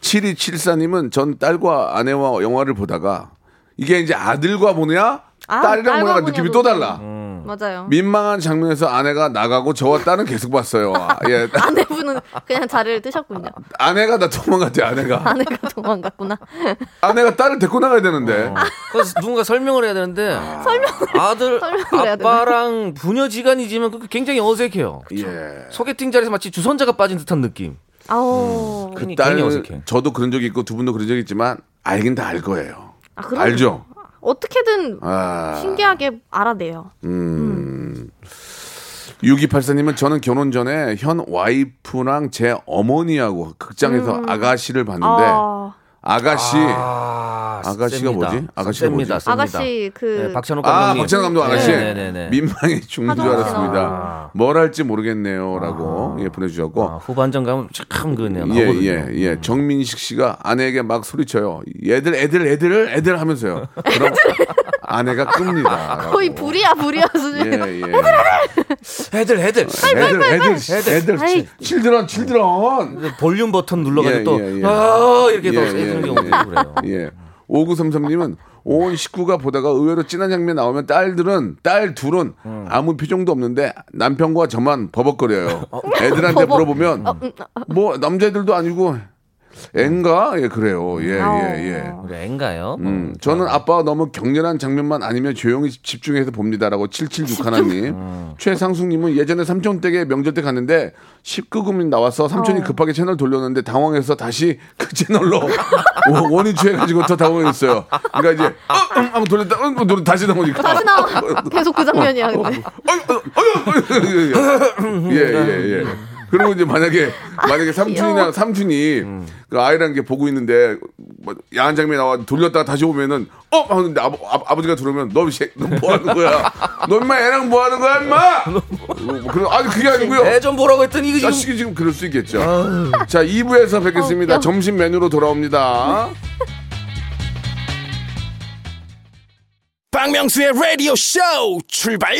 Speaker 3: 7274님은 전 딸과 아내와 영화를 보다가 이게 이제 아들과 보느냐
Speaker 7: 아,
Speaker 3: 딸이랑
Speaker 7: 딸과
Speaker 3: 보느냐
Speaker 7: 보냐도 음.
Speaker 3: 느낌이 또 달라.
Speaker 10: 음.
Speaker 7: 맞아요.
Speaker 3: 민망한 장면에서 아내가 나가고 저와 딸은 계속 봤어요. 아,
Speaker 7: [LAUGHS]
Speaker 3: 예.
Speaker 7: 아내분은 그냥 자리를 뜨셨군요.
Speaker 3: 아내가 나 도망갔대, 아내가.
Speaker 7: 아내가 [LAUGHS] 도망갔구나.
Speaker 3: 아내가 딸을 데리고 나가야
Speaker 7: 어.
Speaker 3: 되는데.
Speaker 10: 그래서 누군가 설명을 해야 되는데
Speaker 3: 아.
Speaker 10: 아들
Speaker 7: 설명을 해야 되네.
Speaker 10: 아빠랑 부녀 지간이지만 그게 굉장히 어색해요.
Speaker 3: 예.
Speaker 10: 소개팅 자리에서 마치 주선자가 빠진 듯한 느낌.
Speaker 7: 아우.
Speaker 10: 괜히-
Speaker 3: 그 딸,
Speaker 10: 괜히 어색해.
Speaker 3: 저도 그런 적이 있고 두 분도 그런 적이 있지만 알긴 다 알 거예요.
Speaker 7: 아, 그럼
Speaker 3: 알죠?
Speaker 7: 어떻게든 [LAUGHS]
Speaker 3: 아. 네.
Speaker 7: 신기하게 알아내요.
Speaker 3: 음. 6284님은 저는 결혼 전에 현 와이프랑 제 어머니하고 극장에서
Speaker 7: 음.
Speaker 3: 아가씨를 봤는데
Speaker 7: 아,
Speaker 3: 아가씨
Speaker 10: 아,
Speaker 3: 가씨가
Speaker 10: 셉니다.
Speaker 3: 뭐지? 아가씨가 뭐지?
Speaker 10: 셉니다, 셉니다.
Speaker 7: 아가씨 그
Speaker 10: 네, 박찬욱 감독님.
Speaker 3: 아, 박찬호 감독 아가씨
Speaker 10: 네, 네, 네, 네.
Speaker 3: 민망해 죽는 줄
Speaker 7: 하동훈
Speaker 3: 알았습니다. 뭘 할지 모르겠네요라고 예, 보내주셨고
Speaker 10: 아, 후반전 가면 참 그냥
Speaker 3: 예,
Speaker 10: 나거든요. 음.
Speaker 3: 예, 예. 정민식 씨가 아내에게 막 소리쳐요. 얘들, 애들, 애들, 애들 하면서요. 그럼 아내가 끕니다.
Speaker 7: [LAUGHS] 거의 불이야 불이야 수준.
Speaker 3: 예, 예.
Speaker 7: [LAUGHS]
Speaker 3: 애들,
Speaker 10: 헤들 헤들.
Speaker 3: 애들, 애들, 애들,
Speaker 7: 아이.
Speaker 3: 칠드런, 칠드런.
Speaker 10: 그 볼륨 버튼 눌러가지고
Speaker 3: 예,
Speaker 10: 또
Speaker 3: 예, 예.
Speaker 10: 아, 이렇게
Speaker 3: 예,
Speaker 10: 또
Speaker 3: 예,
Speaker 10: 해주는
Speaker 3: 예.
Speaker 10: 경우도 있고 그래요.
Speaker 3: 예. 5933님은 온 식구가 보다가 의외로 진한 장면 나오면 딸들은, 딸 둘은
Speaker 10: 음.
Speaker 3: 아무 표정도 없는데 남편과 저만 버벅거려요.
Speaker 10: 어.
Speaker 3: 애들한테
Speaker 7: [LAUGHS] 버벅.
Speaker 3: 물어보면
Speaker 7: 음, 아,
Speaker 3: 뭐 남자애들도 아니고 앤가? 예, 그래요. 예,
Speaker 7: 아.
Speaker 3: 예, 예.
Speaker 10: 그래 엔가요?
Speaker 3: 음, 저는 아빠와 너무 격렬한 장면만 아니면 조용히 집중해서 봅니다라고 776 하나님. 최상숙님은 예전에 삼촌 댁에 명절 때 갔는데 19금이 나와서 삼촌이
Speaker 7: 어.
Speaker 3: 급하게 채널 돌렸는데 당황해서 다시 그 채널로 [LAUGHS] 원- 원위치해가지고 더 당황했어요. 그러니까 이제 어, 음, 한번 돌렸다, 음, 음, 돌- 다시 나오니까. [LAUGHS]
Speaker 7: 다시 나와. 계속 그 장면이야
Speaker 3: 어.
Speaker 7: 근데.
Speaker 3: 예, 예, 예. 그리고 이제 만약에 만약에 삼촌이나
Speaker 7: 아, 귀여워.
Speaker 3: 삼촌이 그 아이랑 게 보고 있는데 뭐 야한 장면 이 나와 돌렸다가 다시 오면은 어 하는데 아버, 아, 버지가 들어오면 너너뭐 하는 거야? 너 인마 애랑 뭐 하는 거야, 인마? 어, 그럼 아니 그게 아니고요.
Speaker 10: 네, 애좀 보라고 했더니 이거 지금
Speaker 3: 자식이 지금 그럴 수 있겠죠. 자, 2부에서
Speaker 10: 어,
Speaker 3: 뵙겠습니다. 점심 메뉴로 돌아옵니다.
Speaker 1: [LAUGHS] 박명수의 라디오 쇼 출발!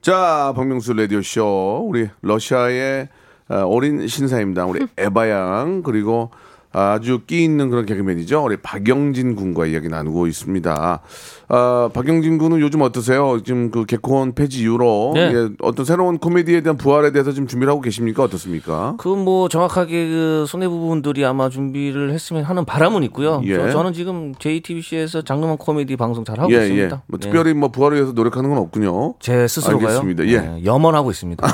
Speaker 3: 자, 박명수 라디오 쇼 우리 러시아의 어, 어린 신사입니다.
Speaker 10: [LAUGHS]
Speaker 3: 우리 에바양 그리고 아주 끼 있는 그런 개그맨이죠. 우리 박영진 군과 이야기 나누고 있습니다. 아, 박영진 군은 요즘 어떠세요? 지금 그 개콘 폐지 이후로
Speaker 10: 네.
Speaker 3: 예, 어떤 새로운 코미디에 대한 부활에 대해서 지금 준비를 하고 계십니까? 어떻습니까?
Speaker 10: 그 뭐 정확하게 그 손해부분들이 아마 준비를 했으면 하는 바람은 있고요.
Speaker 3: 예.
Speaker 10: 저, 저는 지금 JTBC에서 장르만 코미디 방송 잘 하고 있습니다.
Speaker 3: 뭐
Speaker 10: 네.
Speaker 3: 특별히 뭐 부활을 위해서 노력하는 건 없군요.
Speaker 10: 제 스스로가요.
Speaker 3: 알겠습니다. 예.
Speaker 10: 네, 염원하고 있습니다.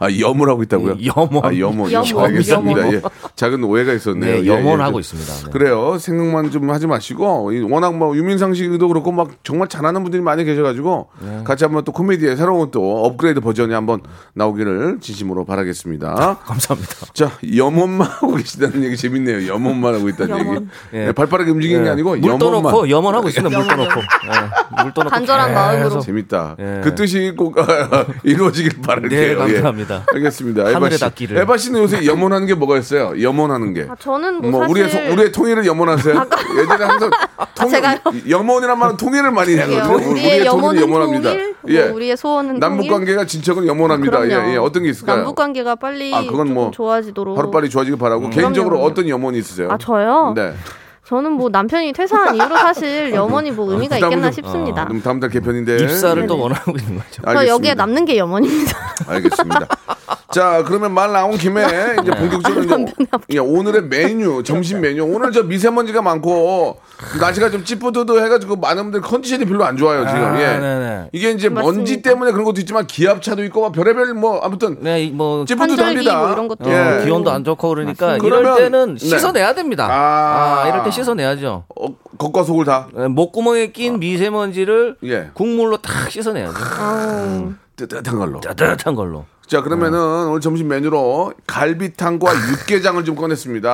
Speaker 3: 아, 염을 하고 있다고요?
Speaker 10: 예, 염원.
Speaker 3: 아, 염원.
Speaker 7: 염원,
Speaker 3: 알겠습니다.
Speaker 7: 염원.
Speaker 3: 예. 작은 오해가 있었네요.
Speaker 10: 네,
Speaker 3: 예, 예.
Speaker 10: 염원하고 있습니다. 네.
Speaker 3: 그래요. 생각만 좀 하지 마시고 이 워낙 뭐 유민상 씨도 그렇고 막 정말 잘하는 분들이 많이 계셔가지고
Speaker 10: 네.
Speaker 3: 같이 한번 또 코미디의 새로운 또 업그레이드 버전이 한번 나오기를 진심으로
Speaker 10: [LAUGHS]
Speaker 3: 바라겠습니다.
Speaker 10: 감사합니다.
Speaker 3: 자, 염원만 하고 계시다는 얘기 재밌네요. 염원만 하고 있다는 얘기.
Speaker 10: 예.
Speaker 3: 네, 발빠르게 움직이는 게 아니고
Speaker 10: 물
Speaker 3: 염원만.
Speaker 10: 떠놓고 염원하고 있습니다. 물 떠놓고. 예, 물 떠놓고.
Speaker 7: 간절한 마음으로.
Speaker 3: 재밌다.
Speaker 10: 예.
Speaker 3: 그 뜻이 꼭 [LAUGHS] 아, 이루어지길 바랄게요.
Speaker 10: 네, 감사합니다.
Speaker 3: 예. 알겠습니다.
Speaker 10: 하늘의
Speaker 3: 에바 씨.
Speaker 10: 닿기를. 네.
Speaker 3: 에바 씨는 요새 염원하는 게 뭐가 있어요? 염원하는 게.
Speaker 7: 아, 저는 뭐,
Speaker 3: 뭐
Speaker 7: 사실
Speaker 3: 우리의 소- 우리의 통일을 염원하세요. 예전에
Speaker 7: [LAUGHS]
Speaker 3: 항상 통
Speaker 7: 제가요?
Speaker 3: 염원이란 말은 통일을 많이
Speaker 7: 그러게요.
Speaker 3: 하거든요.
Speaker 7: 우리의
Speaker 3: 통일을
Speaker 7: 염원은 통일, 뭐
Speaker 3: 예.
Speaker 7: 우리의 소원은
Speaker 3: 남북
Speaker 7: 통일.
Speaker 3: 관계가 진척은 염원합니다.
Speaker 7: 그럼요.
Speaker 3: 예, 예. 어떤 게 있을까요?
Speaker 7: 남북 관계가 빨리
Speaker 3: 아, 그건
Speaker 7: 조금
Speaker 3: 뭐
Speaker 7: 좋아지도록.
Speaker 3: 하루빨리 좋아지길 바라고 개인적으로
Speaker 7: 음. 그럼요.
Speaker 3: 어떤 염원이 있으세요?
Speaker 7: 아 저요?
Speaker 3: 네.
Speaker 7: 저는 뭐 남편이 퇴사한 이후로
Speaker 3: [LAUGHS]
Speaker 7: 사실 염원이 뭐 의미가
Speaker 3: 부담은
Speaker 7: 있겠나
Speaker 3: 좀-
Speaker 7: 싶습니다.
Speaker 3: 아, 그럼 다음 달 개편인데 예.
Speaker 10: 입사를
Speaker 7: 예.
Speaker 10: 또 원하고 있는 거죠.
Speaker 7: 저 여기에
Speaker 3: 아, 네, 알겠습니다.
Speaker 7: 남는 게 염원입니다. [LAUGHS]
Speaker 3: 알겠습니다. 자, 그러면 말 나온 김에 이제
Speaker 10: 네.
Speaker 3: 본격적으로 이제 예, 오늘의 메뉴, 점심 메뉴. 오늘 저 미세먼지가 많고 날씨가 좀 찌뿌드드 해가지고 많은 분들 컨디션이 별로 안 좋아요 지금.
Speaker 10: 아,
Speaker 3: 예.
Speaker 10: 네네.
Speaker 3: 이게 이제 먼지
Speaker 7: 맞습니다.
Speaker 3: 때문에 그런 것도 있지만 기압차도 있고 막 별의별 뭐 아무튼
Speaker 10: 네, 이 뭐
Speaker 7: 환절기
Speaker 3: 찌뿌드드합니다.
Speaker 7: 뭐 이런 것도
Speaker 10: 어,
Speaker 3: 예. 아,
Speaker 10: 기온도 안 좋고 그러니까
Speaker 3: 그러면-
Speaker 10: 이럴 때는
Speaker 3: 네.
Speaker 10: 씻어내야 됩니다.
Speaker 3: 아.
Speaker 10: 아, 이럴 때 씻어내야죠.
Speaker 3: 어, 겉과 속을 다
Speaker 10: 예, 목구멍에 낀 미세먼지를
Speaker 3: 아. 예.
Speaker 10: 국물로 탁 씻어내야죠.
Speaker 7: 아우.
Speaker 3: 뜨뜻한 걸로.
Speaker 10: 따뜻한 걸로.
Speaker 3: 자 그러면은 오늘 점심 메뉴로 갈비탕과
Speaker 10: 아.
Speaker 3: 육개장을 좀 꺼냈습니다.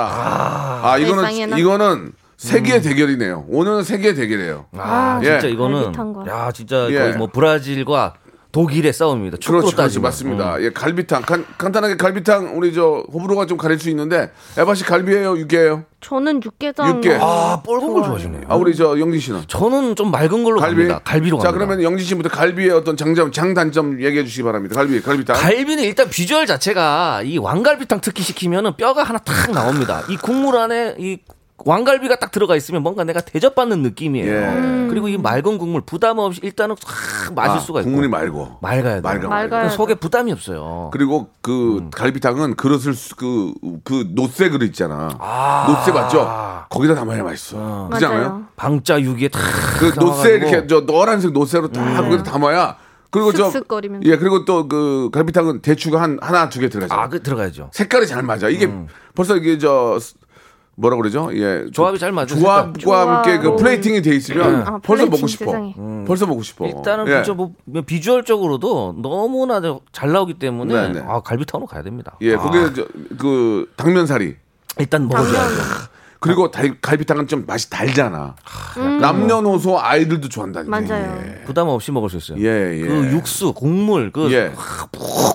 Speaker 3: 아, 이거는
Speaker 7: 세상에나.
Speaker 3: 이거는
Speaker 10: 음.
Speaker 3: 세계 의 대결이네요. 오늘은 세계 의 대결이에요.
Speaker 10: 아,
Speaker 3: 예.
Speaker 10: 진짜 이거는
Speaker 7: 갈비탕과.
Speaker 10: 야, 진짜
Speaker 3: 예.
Speaker 10: 거의 뭐 브라질과 독일의 싸움입니다. 축구로
Speaker 3: 그렇죠, 그렇죠,
Speaker 10: 따지면. 음. 어.
Speaker 3: 맞습니다. 예, 갈비탕 간, 간단하게 갈비탕 우리 저 호불호가 좀 가릴 수 있는데 에바 씨 갈비예요, 육개예요?
Speaker 7: 저는 육개장. 뭐
Speaker 3: 육개.
Speaker 10: 아, 뻘건 걸 좋아하시네요.
Speaker 3: 아 우리 저 영진 씨는
Speaker 10: 저는 좀 맑은 걸로
Speaker 3: 갈비.
Speaker 10: 갑니다. 갈비로 갑니다.
Speaker 3: 자 그러면 영진 씨부터 갈비의 어떤 장점, 장단점 얘기해 주시기 바랍니다. 갈비, 갈비탕.
Speaker 10: 갈비는 일단 비주얼 자체가 이 왕갈비탕 특히 시키면은 뼈가 하나 탁 나옵니다. 이 국물 안에 이 왕갈비가 딱 들어가 있으면 뭔가 내가 대접받는 느낌이에요.
Speaker 3: 예.
Speaker 10: 그리고 이 맑은 국물 부담 없이 일단은 확 마실
Speaker 3: 아,
Speaker 10: 수가 있고
Speaker 3: 국물이 말고.
Speaker 10: 맑아야 돼요. 그러니까
Speaker 3: 맑아.
Speaker 7: 맑아요.
Speaker 10: 속에 부담이 없어요.
Speaker 3: 그리고 그
Speaker 10: 음.
Speaker 3: 갈비탕은 그릇을 그그 그 노쇠 그릇 있잖아. 노쇠 맞죠? 거기다 담아야 맛있어. 그렇지 않아요?
Speaker 7: 맞아요.
Speaker 10: 방자 유기에 탁.
Speaker 3: 그 노쇠
Speaker 10: 담아가지고 음.
Speaker 3: 이렇게 저 노란색 노쇠로 다 거기다 담아야 그리고 저
Speaker 7: 슥슥거리면서.
Speaker 3: 예, 그리고 또 그 갈비탕은 대추가 한 하나 두 개 들어가죠.
Speaker 10: 아, 그 들어가야죠.
Speaker 3: 색깔이 잘 맞아. 이게 벌써 이게 저 뭐라 그러죠? 예.
Speaker 10: 조합이 잘 맞으세요?
Speaker 3: 조합과 함께 그
Speaker 10: 조합.
Speaker 3: 플레이팅이 돼 있으면
Speaker 10: 아,
Speaker 3: 벌써
Speaker 10: 플레이팅,
Speaker 3: 먹고 싶어.
Speaker 10: 세상에. 음.
Speaker 3: 벌써 먹고 싶어.
Speaker 10: 일단은
Speaker 3: 예.
Speaker 10: 그쵸, 뭐, 비주얼적으로도 너무나 잘 나오기 때문에
Speaker 3: 네, 네.
Speaker 10: 아 갈비탕으로 가야 됩니다.
Speaker 3: 예,
Speaker 10: 아.
Speaker 3: 거기에 저, 그 당면사리.
Speaker 10: 일단 먹어줘야죠. 아.
Speaker 3: 그리고 달, 갈비탕은 좀 맛이 달잖아.
Speaker 10: 음.
Speaker 3: 남녀노소 아이들도 좋아한다니.
Speaker 7: 맞아요.
Speaker 10: 부담 없이 먹을 수 있어요.
Speaker 3: 예, 예.
Speaker 10: 그 육수, 국물, 그
Speaker 3: 예.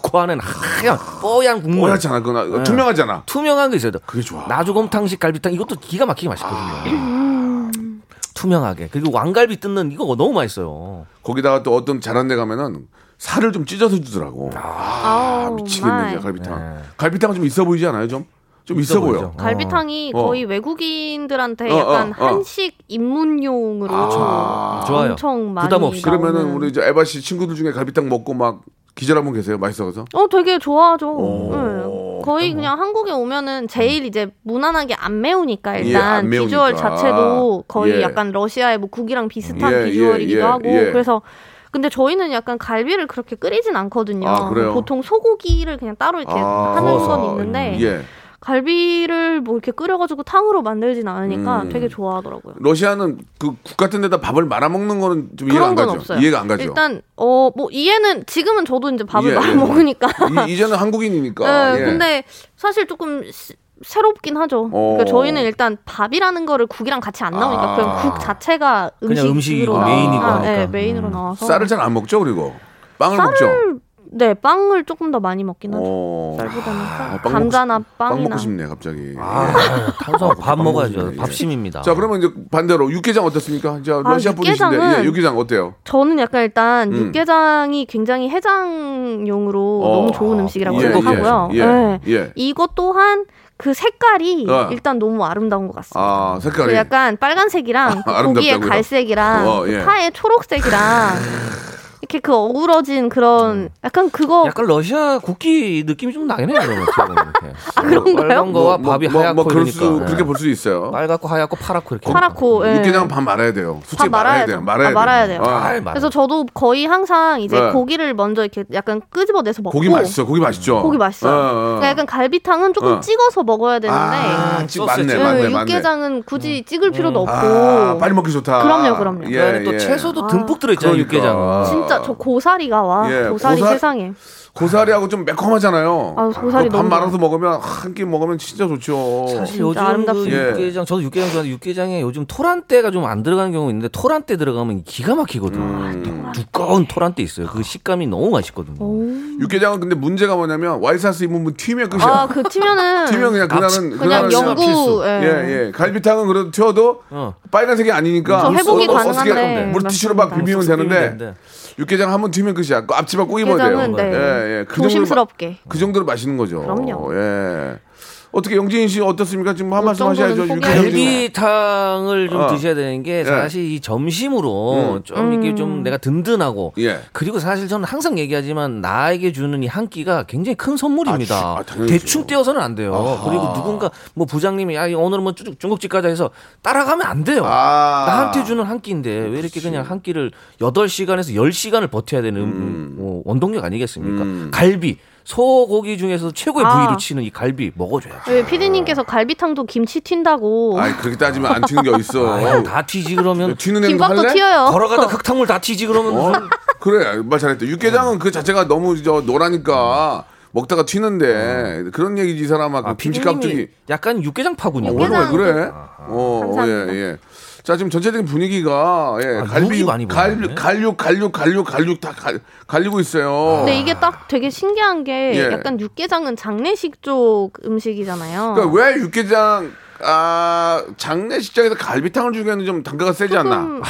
Speaker 10: 코안에는 하얀 뽀얀 국물.
Speaker 3: 뽀얗잖아. 그거 나-
Speaker 10: 예.
Speaker 3: 투명하잖아.
Speaker 10: 투명한 게 있어요.
Speaker 3: 그게 좋아.
Speaker 10: 나주곰탕식 갈비탕 이것도 기가 막히게 맛있거든요. 투명하게. 그리고 왕갈비 뜯는 이거 너무 맛있어요.
Speaker 3: 거기다가 또 어떤 잘한 데 가면은 살을 좀 찢어서 주더라고. 아,
Speaker 7: 아우,
Speaker 3: 미치겠네,
Speaker 7: 마이.
Speaker 3: 이제 갈비탕. 갈비탕은 좀 있어 보이지 않아요, 좀? 좀 있어,
Speaker 10: 예. 있어
Speaker 3: 보여.
Speaker 10: 보이죠.
Speaker 7: 갈비탕이
Speaker 3: 어.
Speaker 7: 거의 외국인들한테
Speaker 3: 어, 어,
Speaker 7: 약간
Speaker 3: 어.
Speaker 7: 한식 입문용으로
Speaker 3: 아,
Speaker 7: 좀
Speaker 10: 좋아요.
Speaker 7: 엄청 많이
Speaker 10: 부담 없이.
Speaker 7: 나오는.
Speaker 3: 그러면은 우리 저 에바 씨 친구들 중에 갈비탕 먹고 막 기절한 분 계세요? 맛있어서?
Speaker 7: 어 되게 좋아하죠. 네. 거의 그냥 한국에 오면은 제일 이제 무난하게 안 매우니까
Speaker 3: 음. 예,
Speaker 7: 일단
Speaker 3: 안 매우니까.
Speaker 7: 비주얼 자체도 거의
Speaker 3: 예.
Speaker 7: 약간 러시아의 뭐 국이랑 비슷한
Speaker 3: 예, 예,
Speaker 7: 비주얼이기도
Speaker 3: 예,
Speaker 7: 하고
Speaker 3: 예.
Speaker 7: 그래서 근데 저희는 약간 갈비를 그렇게 끓이진 않거든요.
Speaker 3: 아, 그래요?
Speaker 7: 보통 소고기를 그냥 따로 이렇게
Speaker 3: 아,
Speaker 7: 하는 건
Speaker 3: 구워서.
Speaker 7: 있는데
Speaker 3: 예.
Speaker 7: 갈비를 뭐 이렇게 끓여가지고 탕으로 만들진 않으니까
Speaker 3: 음.
Speaker 7: 되게 좋아하더라고요.
Speaker 3: 러시아는 그 국 같은 데다 밥을 말아먹는 거는 좀 이해가
Speaker 7: 그런
Speaker 3: 안
Speaker 7: 건
Speaker 3: 가죠.
Speaker 7: 없어요.
Speaker 3: 이해가 안 가죠.
Speaker 7: 일단 어 뭐 이해는 지금은 저도 이제 밥을
Speaker 3: 예,
Speaker 7: 말아
Speaker 3: 예.
Speaker 7: 먹으니까.
Speaker 3: 이, 이제는 한국인이니까.
Speaker 7: 네,
Speaker 3: 예.
Speaker 7: 근데 사실 조금 시- 새롭긴 하죠.
Speaker 3: 어.
Speaker 7: 그러니까 저희는 일단 밥이라는 거를 국이랑 같이 안 나오니까
Speaker 3: 아.
Speaker 7: 그냥 국 자체가
Speaker 10: 그냥
Speaker 7: 음식으로
Speaker 10: 음식이고 어,
Speaker 7: 나와-
Speaker 10: 메인이고
Speaker 7: 아,
Speaker 10: 하니까. 음.
Speaker 7: 네, 메인으로 나와서
Speaker 3: 쌀을 잘 안 먹죠, 그리고. 빵을 먹죠.
Speaker 7: 쌀을- 네, 빵을 조금 더 많이 먹긴 하죠.
Speaker 3: 어.
Speaker 7: 쌀보다는 쌀.
Speaker 3: 아, 빵 먹고
Speaker 7: 감자나
Speaker 3: 싶- 빵
Speaker 7: 빵이나
Speaker 3: 먹고 싶네, 갑자기. 예.
Speaker 10: 아, 탄수화물 밥 먹어야죠.
Speaker 3: 예.
Speaker 10: 밥심입니다.
Speaker 3: 자, 그러면 이제 반대로 육개장 어떻습니까? 자,
Speaker 7: 아,
Speaker 3: 러시아 분이신데
Speaker 7: 육개장은-
Speaker 3: 예, 육개장 어때요?
Speaker 7: 저는 약간 일단
Speaker 3: 음.
Speaker 7: 육개장이 굉장히 해장용으로
Speaker 3: 어.
Speaker 7: 너무 좋은 음식이라고
Speaker 3: 예,
Speaker 7: 생각하고요.
Speaker 3: 예,
Speaker 7: 네.
Speaker 3: 예.
Speaker 7: 이것 또한 그 색깔이
Speaker 3: 어.
Speaker 7: 일단 너무 아름다운 것 같습니다.
Speaker 3: 아, 색깔이
Speaker 7: 그 약간 빨간색이랑 그
Speaker 3: 아,
Speaker 7: 고기의
Speaker 3: 아름답다고요?
Speaker 7: 갈색이랑 그
Speaker 3: 어, 예.
Speaker 7: 파의 초록색이랑 이렇게 그 어우러진
Speaker 3: 음.
Speaker 7: 그런 약간 그거
Speaker 10: 약간 러시아 국기 느낌이 좀 나긴 해요. 그러면 어떻게 보면 이렇게.
Speaker 7: 아, 그런가요?
Speaker 10: 빨간
Speaker 3: 뭐,
Speaker 10: 거와 밥이 하얗고
Speaker 3: 그럴
Speaker 10: 이러니까.
Speaker 3: 수,
Speaker 10: 예.
Speaker 3: 그렇게 볼 수 있어요.
Speaker 10: 빨갛고 하얗고 파랗고 이렇게.
Speaker 7: 파랗고 예.
Speaker 3: 육개장 밥 말아야 돼요. 솔직히
Speaker 7: 밥
Speaker 3: 말아야
Speaker 7: 말아야죠.
Speaker 3: 돼요. 말아야,
Speaker 7: 아, 말아야 돼요.
Speaker 3: 아,
Speaker 10: 아이,
Speaker 7: 그래서 저도 거의 항상 이제
Speaker 3: 네.
Speaker 7: 고기를 먼저 이렇게 약간 끄집어내서 먹고
Speaker 3: 고기 맛있어. 고기 맛있죠.
Speaker 7: 고기 맛있어요.
Speaker 3: 어, 어.
Speaker 7: 그러니까 약간 갈비탕은 조금
Speaker 3: 어.
Speaker 7: 찍어서 먹어야 되는데
Speaker 3: 아, 지-
Speaker 10: 소스
Speaker 3: 맞네,
Speaker 10: 있죠.
Speaker 3: 맞네,
Speaker 7: 예,
Speaker 3: 맞네.
Speaker 7: 육개장은 굳이 찍을 필요도 없고
Speaker 3: 아, 빨리 먹기 좋다.
Speaker 7: 그럼요, 그럼요.
Speaker 3: 예,
Speaker 10: 안에 또
Speaker 3: 예.
Speaker 10: 채소도 듬뿍 들어있잖아요.
Speaker 3: 그러니까.
Speaker 10: 육개장.
Speaker 7: 진짜 저 고사리가 와
Speaker 3: 예,
Speaker 7: 고사리
Speaker 3: 고사-
Speaker 7: 세상에
Speaker 3: 고사리하고 좀 매콤하잖아요.
Speaker 7: 아, 고사리
Speaker 3: 그거 밥
Speaker 7: 너무
Speaker 3: 말아서 먹으면 한 끼 먹으면 진짜 좋죠.
Speaker 10: 사실
Speaker 7: 진짜
Speaker 10: 요즘 그
Speaker 3: 예.
Speaker 7: 아름답습니다.
Speaker 10: 육개장 저도 육개장 좋아하는데 육개장에 요즘 토란대가 좀 안 들어가는 경우 있는데 토란대 들어가면 기가 막히거든요.
Speaker 3: 음.
Speaker 10: 아, 두꺼운 토란대 있어요. 그 식감이 너무 맛있거든요.
Speaker 3: 어. 육개장은 근데 문제가 뭐냐면 와이사스 입은 분 튀면 끝이야.
Speaker 7: 아 그 튀면은
Speaker 3: 튀면
Speaker 10: 아,
Speaker 3: 그냥 그날은
Speaker 7: 그냥
Speaker 3: 그날은
Speaker 10: 영국-
Speaker 7: 영구
Speaker 10: 필수.
Speaker 7: 예.
Speaker 3: 예, 예. 갈비탕은 그래도 튀어도
Speaker 10: 어.
Speaker 3: 빨간색이 아니니까
Speaker 7: 그렇죠. 회복이
Speaker 3: 어, 어, 어떻게
Speaker 7: 가능한데.
Speaker 3: 물티슈로 막
Speaker 7: 맞습니다.
Speaker 3: 비비면 되는데 육개장 한 번 튀면 끝이야. 그 앞치마 꼭 입어야 돼요.
Speaker 7: 육개장은, 네.
Speaker 3: 예, 예. 그 정도로
Speaker 7: 조심스럽게.
Speaker 3: 마- 그 정도로 맛있는 거죠.
Speaker 7: 그럼요.
Speaker 3: 예. 어떻게 영진 씨 어떻습니까? 지금 한 말씀
Speaker 7: 정도는
Speaker 3: 하셔야죠.
Speaker 7: 포기하지
Speaker 3: 육개장 지금.
Speaker 10: 갈비탕을 좀
Speaker 3: 그 어. 음.
Speaker 10: 드셔야 되는 게 사실 이 점심으로 좀 이게
Speaker 7: 음.
Speaker 10: 좀 내가 든든하고
Speaker 3: 예.
Speaker 10: 그리고 사실 저는 항상 얘기하지만 나에게 주는 이 한 끼가 굉장히 큰 선물입니다.
Speaker 3: 아, 주- 아, 당연히죠.
Speaker 10: 대충 떼어서는 안 돼요. 그리고 누군가 뭐 부장님이 야 오늘은 뭐 쭉- 중국집 가자 해서 따라가면 안 돼요.
Speaker 3: 아.
Speaker 10: 나한테 주는 한 끼인데 왜 이렇게 그냥 한 끼를 8시간에서 10시간을 버텨야 되는
Speaker 3: 음.
Speaker 10: 뭐 원동력 아니겠습니까? 갈비 소고기 중에서 최고의
Speaker 7: 아.
Speaker 10: 부위로 치는 이 갈비 먹어줘야죠.
Speaker 7: 왜 피디님께서 갈비탕도 김치 튄다고
Speaker 3: 아이 그렇게 따지면 안 튀는 게
Speaker 10: 아유,
Speaker 3: 어딨어.
Speaker 10: 다
Speaker 3: [LAUGHS]
Speaker 10: 튀지 그러면
Speaker 7: [LAUGHS]
Speaker 3: 튀는 행동
Speaker 7: 김밥도
Speaker 3: 할래?
Speaker 7: 튀어요.
Speaker 10: 걸어가다 흙탕물 다 튀지 그러면
Speaker 3: 어?
Speaker 10: 무슨
Speaker 3: 그래 말 잘했다. 육개장은 그 자체가 너무 저 노라니까 먹다가 튀는데 그런 얘기지 이 사람아. 그 김치 깍두기.
Speaker 10: 피디님이 약간 육개장 파군요.
Speaker 3: 어,
Speaker 7: 육개장.
Speaker 3: 왜 그래? 어, 어, 예, 예. 자, 지금 전체적인 분위기가, 예,
Speaker 10: 아,
Speaker 3: 갈비,
Speaker 10: 욕이 많이
Speaker 3: 갈비,
Speaker 10: 보이네.
Speaker 3: 갈육, 갈육, 갈육, 갈육 다 갈, 갈리고 있어요.
Speaker 7: 아. 근데 이게 딱 되게 신기한 게
Speaker 3: 예.
Speaker 7: 약간 육개장은 장례식 쪽 음식이잖아요.
Speaker 3: 그러니까 왜 육개장, 아, 장례식장에서 갈비탕을 주기에는 좀 단가가 세지
Speaker 7: [LAUGHS]
Speaker 3: 않나?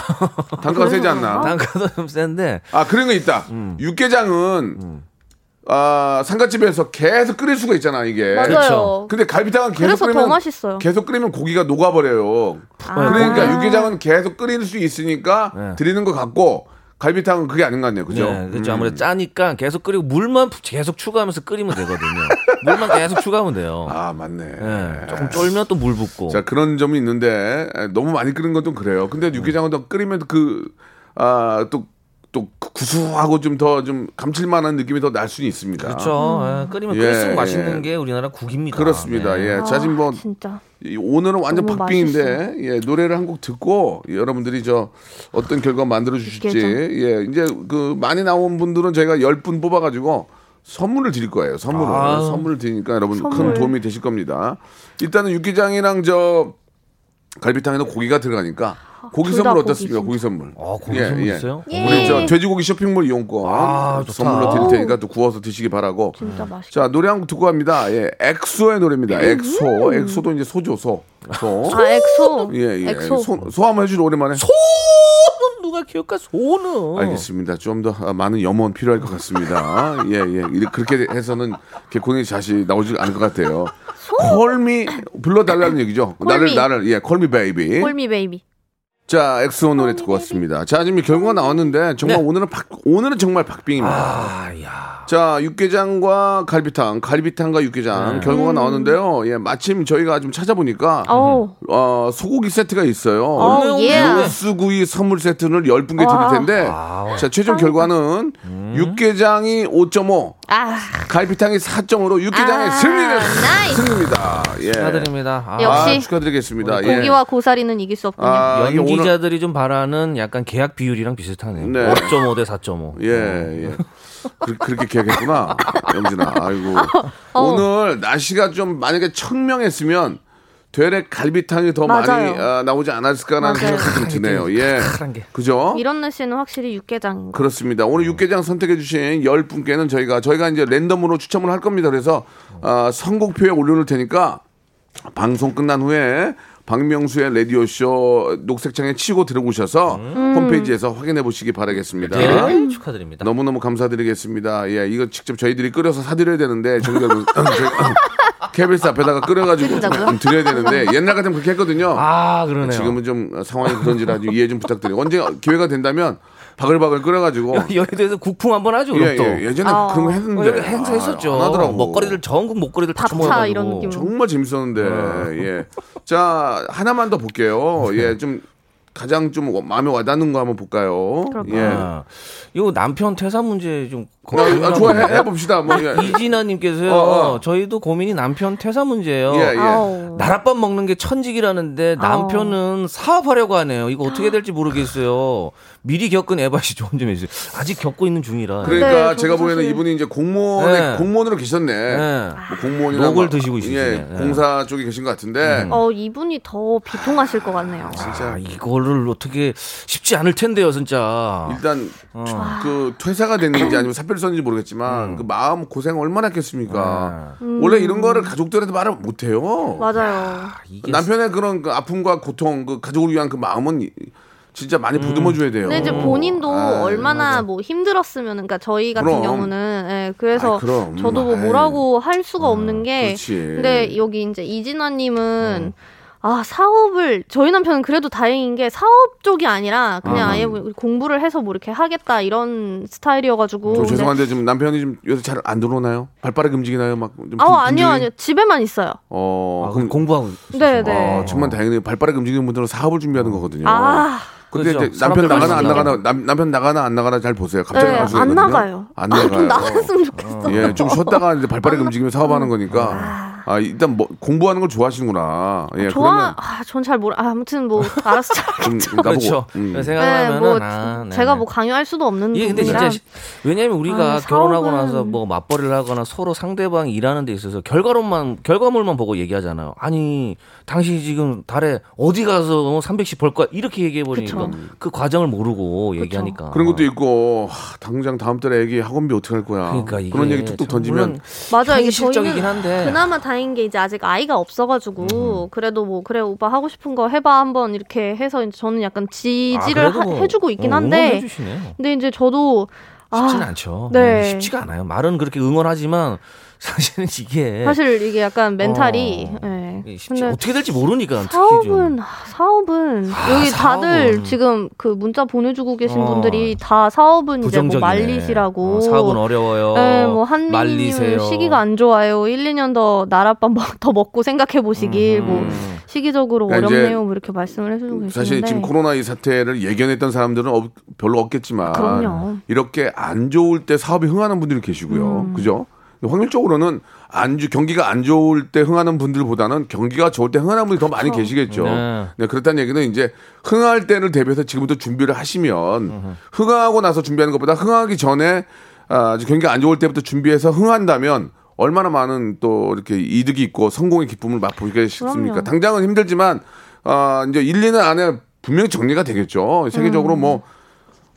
Speaker 3: 단가가 세지 않나?
Speaker 10: 단가도 좀 센데
Speaker 3: 아, 그런 거 있다.
Speaker 10: 음.
Speaker 3: 육개장은, 아, 상가집에서 계속 끓일 수가 있잖아, 이게.
Speaker 7: 맞아요.
Speaker 10: 그렇죠.
Speaker 3: 근데 갈비탕은 계속
Speaker 7: 그래서 더
Speaker 3: 끓이면
Speaker 7: 맛있어요.
Speaker 3: 계속 끓이면 고기가 녹아버려요.
Speaker 7: 아.
Speaker 3: 그러니까 육개장은 계속 끓일 수 있으니까
Speaker 10: 네.
Speaker 3: 드리는 것 같고 갈비탕은 그게 아닌 것 같네요. 그죠?
Speaker 10: 네, 그렇죠.
Speaker 3: 음.
Speaker 10: 아무래도 짜니까 계속 끓이고 물만 계속 추가하면서
Speaker 3: [LAUGHS]
Speaker 10: 끓이면 되거든요. 물만 계속 추가하면 돼요.
Speaker 3: 아 맞네.
Speaker 10: 예, 조금 쫄면 또 물 붓고.
Speaker 3: 자 그런 점이
Speaker 10: 네.
Speaker 3: 있는데 에, 너무 많이 끓는 건 좀 그래요. 근데 육개장은 또 끓이면 그 아 또 또 구수하고 좀 더 좀 감칠만한 느낌이 더 날 수는 있습니다.
Speaker 7: 음.
Speaker 10: 그렇죠. 예, 끓이면
Speaker 3: 예,
Speaker 10: 끓일수록
Speaker 3: 예.
Speaker 10: 맛있는 게 우리나라 국입니다.
Speaker 3: 그렇습니다.
Speaker 10: 네.
Speaker 7: 아.
Speaker 3: 예. 자, 지금 뭐
Speaker 7: 진짜.
Speaker 3: 이- 오늘은 완전
Speaker 7: 너무
Speaker 3: 박빙인데 예, 노래를 한 곡 듣고 여러분들이 저 어떤 결과 만들어 주실지 예, 이제 그 많이 나온 분들은 저희가 10분 뽑아 가지고 선물을 드릴 거예요. 선물을.
Speaker 10: 아유.
Speaker 3: 선물을 드리니까 여러분 큰
Speaker 7: 선물.
Speaker 3: 도움이 되실 겁니다. 일단은 육개장이랑 저 갈비탕에는 고기가 들어가니까 고기
Speaker 7: 아, 둘다
Speaker 3: 선물
Speaker 7: 고기
Speaker 3: 어떻습니까?
Speaker 7: 진짜.
Speaker 3: 고기 선물.
Speaker 10: 아, 고기 선물 있어요?
Speaker 7: 예.
Speaker 3: 우리 저 돼지고기 쇼핑몰 이용권
Speaker 10: 아, 좋다.
Speaker 3: 선물로 드릴 테니까 또 구워서 드시기 바라고.
Speaker 7: 진짜 맛있겠다.
Speaker 3: 자 노래 한 곡 듣고 갑니다. 예, 엑소의 노래입니다. 엑소, 엑소도 이제 소죠 소. 소.
Speaker 7: 음. 아 엑소.
Speaker 3: 예, 예.
Speaker 7: 엑소.
Speaker 3: 소, 소 한번 해주죠 오랜만에. 소.
Speaker 10: 손은 누가 기억할 손은.
Speaker 3: 알겠습니다. 좀 더 아, 많은 염원 필요할 것 같습니다. [LAUGHS] 예, 예. 이렇게- 그렇게 해서는 개콘의 자식 나오지 않을 것 같아요. 콜미 불러달라는 얘기죠. 나를
Speaker 7: 콜미.
Speaker 3: 나를 예, 음. 콜미 베이비.
Speaker 7: 콜미 베이비.
Speaker 3: 자, 엑소 노래 듣고 왔습니다. 자, 지금 결과가 나왔는데 정말 오늘은 박, 오늘은 정말 박빙입니다.
Speaker 10: 네. 아, 야.
Speaker 3: 자, 육개장과 갈비탕, 갈비탕과 육개장
Speaker 10: 네.
Speaker 3: 결과가 나왔는데요. 예, 마침 저희가 좀 찾아보니까
Speaker 7: 음. 어우.
Speaker 3: 어, 소고기 세트가 있어요.
Speaker 7: 어우 아. 예.
Speaker 3: 육수구이 선물 세트를 10분께 드릴
Speaker 7: 와.
Speaker 3: 텐데
Speaker 10: 아,
Speaker 3: 자, 최종 결과는
Speaker 10: 음.
Speaker 3: 육개장이 5.5,
Speaker 7: 아
Speaker 3: 갈비탕이 4.5로 육개장의
Speaker 7: 아,
Speaker 3: 승리를
Speaker 7: 나이스.
Speaker 3: 승리입니다. 예.
Speaker 10: 축하드립니다. 아,
Speaker 7: 역시.
Speaker 3: 아, 축하드리겠습니다. 예.
Speaker 7: 고기와 고사리는 이길 수 없군요.
Speaker 3: 아, 이게 오늘-
Speaker 10: 연기자들이 좀 바라는 약간 계약 비율이랑 비슷하네요.
Speaker 3: 네.
Speaker 10: 5.5 대 4.5.
Speaker 3: 예,
Speaker 7: 어.
Speaker 3: 예. 그, 그렇게 기억했구나. 영진아, 아이고.
Speaker 7: 어.
Speaker 3: 오늘 날씨가 좀 만약에 청명했으면 되레 갈비탕이 더
Speaker 7: 맞아요.
Speaker 3: 많이 아, 나오지 않았을까라는
Speaker 7: 맞아요.
Speaker 3: 생각이 좀 드네요. 예.
Speaker 10: 칼한 게.
Speaker 3: 그죠?
Speaker 7: 이런 날씨는 확실히 육개장.
Speaker 3: 그렇습니다. 오늘 육개장 선택해주신 열 분께는 저희가 저희가 이제 랜덤으로 추첨을 할 겁니다. 그래서 아, 선곡표에 올려놓을 테니까 방송 끝난 후에 박명수의 라디오 쇼 녹색창에 치고 들어오셔서
Speaker 7: 음.
Speaker 3: 홈페이지에서 확인해 보시기 바라겠습니다.
Speaker 10: 예, 축하드립니다.
Speaker 3: 아, 너무너무 감사드리겠습니다. 예, 이거 직접 저희들이 끓여서 사드려야 되는데, [LAUGHS] 저희가 뭐, 저희- KBS 앞에다가 끓여가지고 좀 드려야 되는데, 옛날 같으면 그렇게 했거든요.
Speaker 10: 아, 그러네요.
Speaker 3: 지금은 좀 상황이 그런지라 좀 이해 좀 부탁드리고, 언제 기회가 된다면 바글바글 끓여가지고,
Speaker 10: 여의도에서 국풍 한번 하죠,
Speaker 3: 뭐 예,
Speaker 10: 그럼 또.
Speaker 3: 예, 예전에
Speaker 7: 아.
Speaker 3: 그런 거
Speaker 10: 어,
Speaker 3: 했는데.
Speaker 10: 여기 행사
Speaker 3: 아,
Speaker 10: 했었죠.
Speaker 3: 안 하더라고.
Speaker 10: 먹거리들 전국 먹거리들 다
Speaker 7: 밥차
Speaker 10: 모아가지고.
Speaker 7: 이런 느낌으로.
Speaker 3: 정말 재밌었는데,
Speaker 10: 네.
Speaker 3: 예. 자, 하나만 더 볼게요. 예, 좀 가장 좀 마음에 와닿는 거 한번 볼까요?
Speaker 7: 그럴까요?
Speaker 3: 예.
Speaker 10: 아, 이거 남편 퇴사 문제 좀
Speaker 3: 아, 아,
Speaker 10: 걱정이라고
Speaker 3: 좋아, 해,
Speaker 10: 그러는데.
Speaker 3: 해봅시다. 뭐, 예.
Speaker 10: 이진아님께서요.
Speaker 3: 어, 어.
Speaker 10: 저희도 고민이 남편 퇴사 문제예요.
Speaker 3: 예, 예.
Speaker 7: 아우.
Speaker 10: 나랏밥 먹는 게 천직이라는데
Speaker 3: 아.
Speaker 10: 남편은 사업하려고 하네요. 이거 어떻게 될지 모르겠어요. 미리 겪은 에바 씨 조언 좀 해주세요. 아직 겪고 있는 중이라.
Speaker 3: 그러니까
Speaker 7: 네,
Speaker 3: 제가
Speaker 7: 저도
Speaker 3: 보기에는
Speaker 7: 사실-
Speaker 3: 이분이 이제 공무원에
Speaker 10: 네.
Speaker 3: 공무원으로 계셨네.
Speaker 10: 네.
Speaker 3: 뭐 공무원이나
Speaker 10: 녹을
Speaker 3: 막-
Speaker 10: 드시고 있으시네.
Speaker 3: 예,
Speaker 10: 네. 음.
Speaker 3: 공사 쪽에 계신 것 같은데.
Speaker 7: 어 이분이 더 비통하실 것 같네요.
Speaker 10: 아, 이거를 어떻게 쉽지 않을 텐데요, 아, 진짜.
Speaker 7: 어.
Speaker 3: 일단
Speaker 10: 어.
Speaker 3: 그 퇴사가 됐는지 아니면 사별선인지 모르겠지만 그 마음 고생 얼마나 했겠습니까.
Speaker 10: 네.
Speaker 3: 원래 이런 거를 가족들한테 말을 못 해요.
Speaker 7: 음. 맞아요.
Speaker 10: 이게
Speaker 3: 남편의 그런 그 아픔과 고통, 그 가족을 위한 그 마음은 이- 진짜 많이
Speaker 10: 음.
Speaker 3: 보듬어 줘야 돼요.
Speaker 7: 근데 이제 본인도
Speaker 3: 아이, 네,
Speaker 7: 얼마나 뭐 힘들었으면, 그러니까 저희 같은
Speaker 3: 그럼.
Speaker 7: 경우는, 예, 그래서
Speaker 3: 아이, 그럼.
Speaker 7: 저도 뭐
Speaker 3: 아이.
Speaker 7: 뭐라고 할 수가 없는 게,
Speaker 3: 그렇지. 어.
Speaker 7: 근데 여기 이제 이진아님은 아 사업을 저희 남편은 그래도 다행인 게 사업 쪽이 아니라 그냥 아예 뭐 공부를 해서 뭐 이렇게 하겠다 이런 스타일이어가지고.
Speaker 3: 저
Speaker 7: 근데-
Speaker 3: 죄송한데 지금 남편이 지금 요새 잘 안 들어오나요? 발빠르게 움직이나요? 막좀
Speaker 7: 아 아니요 아니요 집에만 있어요.
Speaker 3: 어,
Speaker 10: 아,
Speaker 3: 그럼
Speaker 10: 그럼 공부하고.
Speaker 7: 네네.
Speaker 3: 아, 정말 다행이네요. 발빠르게 움직이는 분들은 사업을 준비하는 거거든요.
Speaker 7: 아
Speaker 3: 근데
Speaker 10: 그렇죠.
Speaker 3: 이제 남편
Speaker 10: 사람들
Speaker 3: 나가나 안
Speaker 10: 많이
Speaker 3: 나가나 남, 남편 나가나 안 나가나 잘 보세요. 갑자기
Speaker 7: 네,
Speaker 3: 나갈 수
Speaker 7: 안
Speaker 3: 있거든요.
Speaker 7: 나가요. 아,
Speaker 3: 안 나가요.
Speaker 7: 좀 나갔으면 좋겠어.
Speaker 3: 네, 어. 예, 좀 쉬었다가 이제 발빠르게 움직이면 사업하는 거니까. 아, 일단 뭐 공부하는 걸 좋아하시는구나. 예,
Speaker 7: 좋아, 아, 전 잘 모르. 아, 아무튼
Speaker 3: [LAUGHS]
Speaker 7: 뭐 알아서 잘.
Speaker 3: 그러면 좀 나보고
Speaker 10: 그렇죠.
Speaker 3: 음.
Speaker 7: 네,
Speaker 10: 생각하면은
Speaker 7: 뭐
Speaker 10: 아, 네,
Speaker 7: 제가
Speaker 10: 네.
Speaker 7: 뭐 강요할 수도 없는
Speaker 10: 이게 근데 진짜
Speaker 7: 부분이라.
Speaker 10: 시- 왜냐면 우리가
Speaker 7: 아,
Speaker 10: 결혼하고
Speaker 7: 사업은-
Speaker 10: 나서 뭐 맞벌이를 하거나 서로 상대방 일하는 데 있어서 결과론만 결과물만 보고 얘기하잖아요. 아니 당신이 지금 달에 어디 가서 300씩 벌 거야 이렇게 얘기해 버리니까
Speaker 7: 그쵸.
Speaker 10: 그 과정을 모르고 얘기하니까
Speaker 3: 그런 것도 있고 하, 당장 다음 달에 애기 학원비 어떻게 할 거야.
Speaker 10: 그러니까 이게
Speaker 3: 런 얘기 뚝뚝
Speaker 10: 참
Speaker 3: 던지면
Speaker 10: 물론
Speaker 7: 맞아요. 이게
Speaker 10: 현실적이긴
Speaker 7: 저희는
Speaker 10: 한데. 음.
Speaker 7: 그나마 다행인 게 이제 아직 아이가 없어가지고 그래도 뭐 그래 오빠 하고 싶은 거 해봐 한번 이렇게 해서 이제 저는 약간 지지를
Speaker 10: 아, 그래도
Speaker 7: 하-
Speaker 10: 뭐,
Speaker 7: 해주고 있긴
Speaker 10: 어,
Speaker 7: 한데
Speaker 10: 응원해주시네요.
Speaker 7: 근데 이제 저도
Speaker 10: 쉽지는
Speaker 7: 아,
Speaker 10: 않죠.
Speaker 7: 네.
Speaker 10: 음, 쉽지가 [LAUGHS] 않아요. 말은 그렇게 응원하지만 사실은 이게
Speaker 7: 사실 이게 약간 멘탈이 예, 네.
Speaker 10: 어. 쉽지. 어떻게 될지 모르니까 특히 좀. 아,
Speaker 7: 사업은 아, 사업은 여기 다들
Speaker 10: 사업은.
Speaker 7: 지금 그 문자 보내주고 계신
Speaker 10: 어.
Speaker 7: 분들이 다 사업은 이제 뭐
Speaker 10: 부정적이네.
Speaker 7: 말리시라고
Speaker 10: 어, 사업은 어려워요.
Speaker 7: 네, 뭐 한민님
Speaker 10: 말리세요.
Speaker 7: 시기가 안 좋아요. 1, 2년 더 나랏밥 먹- 더 먹고 생각해 보시길 뭐
Speaker 10: 음.
Speaker 7: 시기적으로
Speaker 3: 그러니까 이제
Speaker 7: 어렵네요. 뭐 이렇게 말씀을 해주고 계시는데
Speaker 3: 사실 지금 코로나 이 사태를 예견했던 사람들은 없- 별로 없겠지만
Speaker 7: 그럼요.
Speaker 3: 이렇게 안 좋을 때 사업이 흥하는 분들이 계시고요.
Speaker 7: 음.
Speaker 3: 그죠? 확률적으로는 안 주, 경기가 안 좋을 때 흥하는 분들보다는 경기가 좋을 때 흥하는 분들이 더 많이
Speaker 7: 그렇죠.
Speaker 3: 계시겠죠.
Speaker 10: 네.
Speaker 3: 네, 그렇다는 얘기는 이제 흥할 때를 대비해서 지금부터 준비를 하시면 흥하고 나서 준비하는 것보다 흥하기 전에 아, 아주 경기가 안 좋을 때부터 준비해서 흥한다면 얼마나 많은 또 이렇게 이득이 있고 성공의 기쁨을 맛보게 싶습니까?
Speaker 7: 그럼요.
Speaker 3: 당장은 힘들지만 아, 이제 1, 2년 안에 분명히 정리가 되겠죠. 세계적으로
Speaker 7: 음.
Speaker 3: 뭐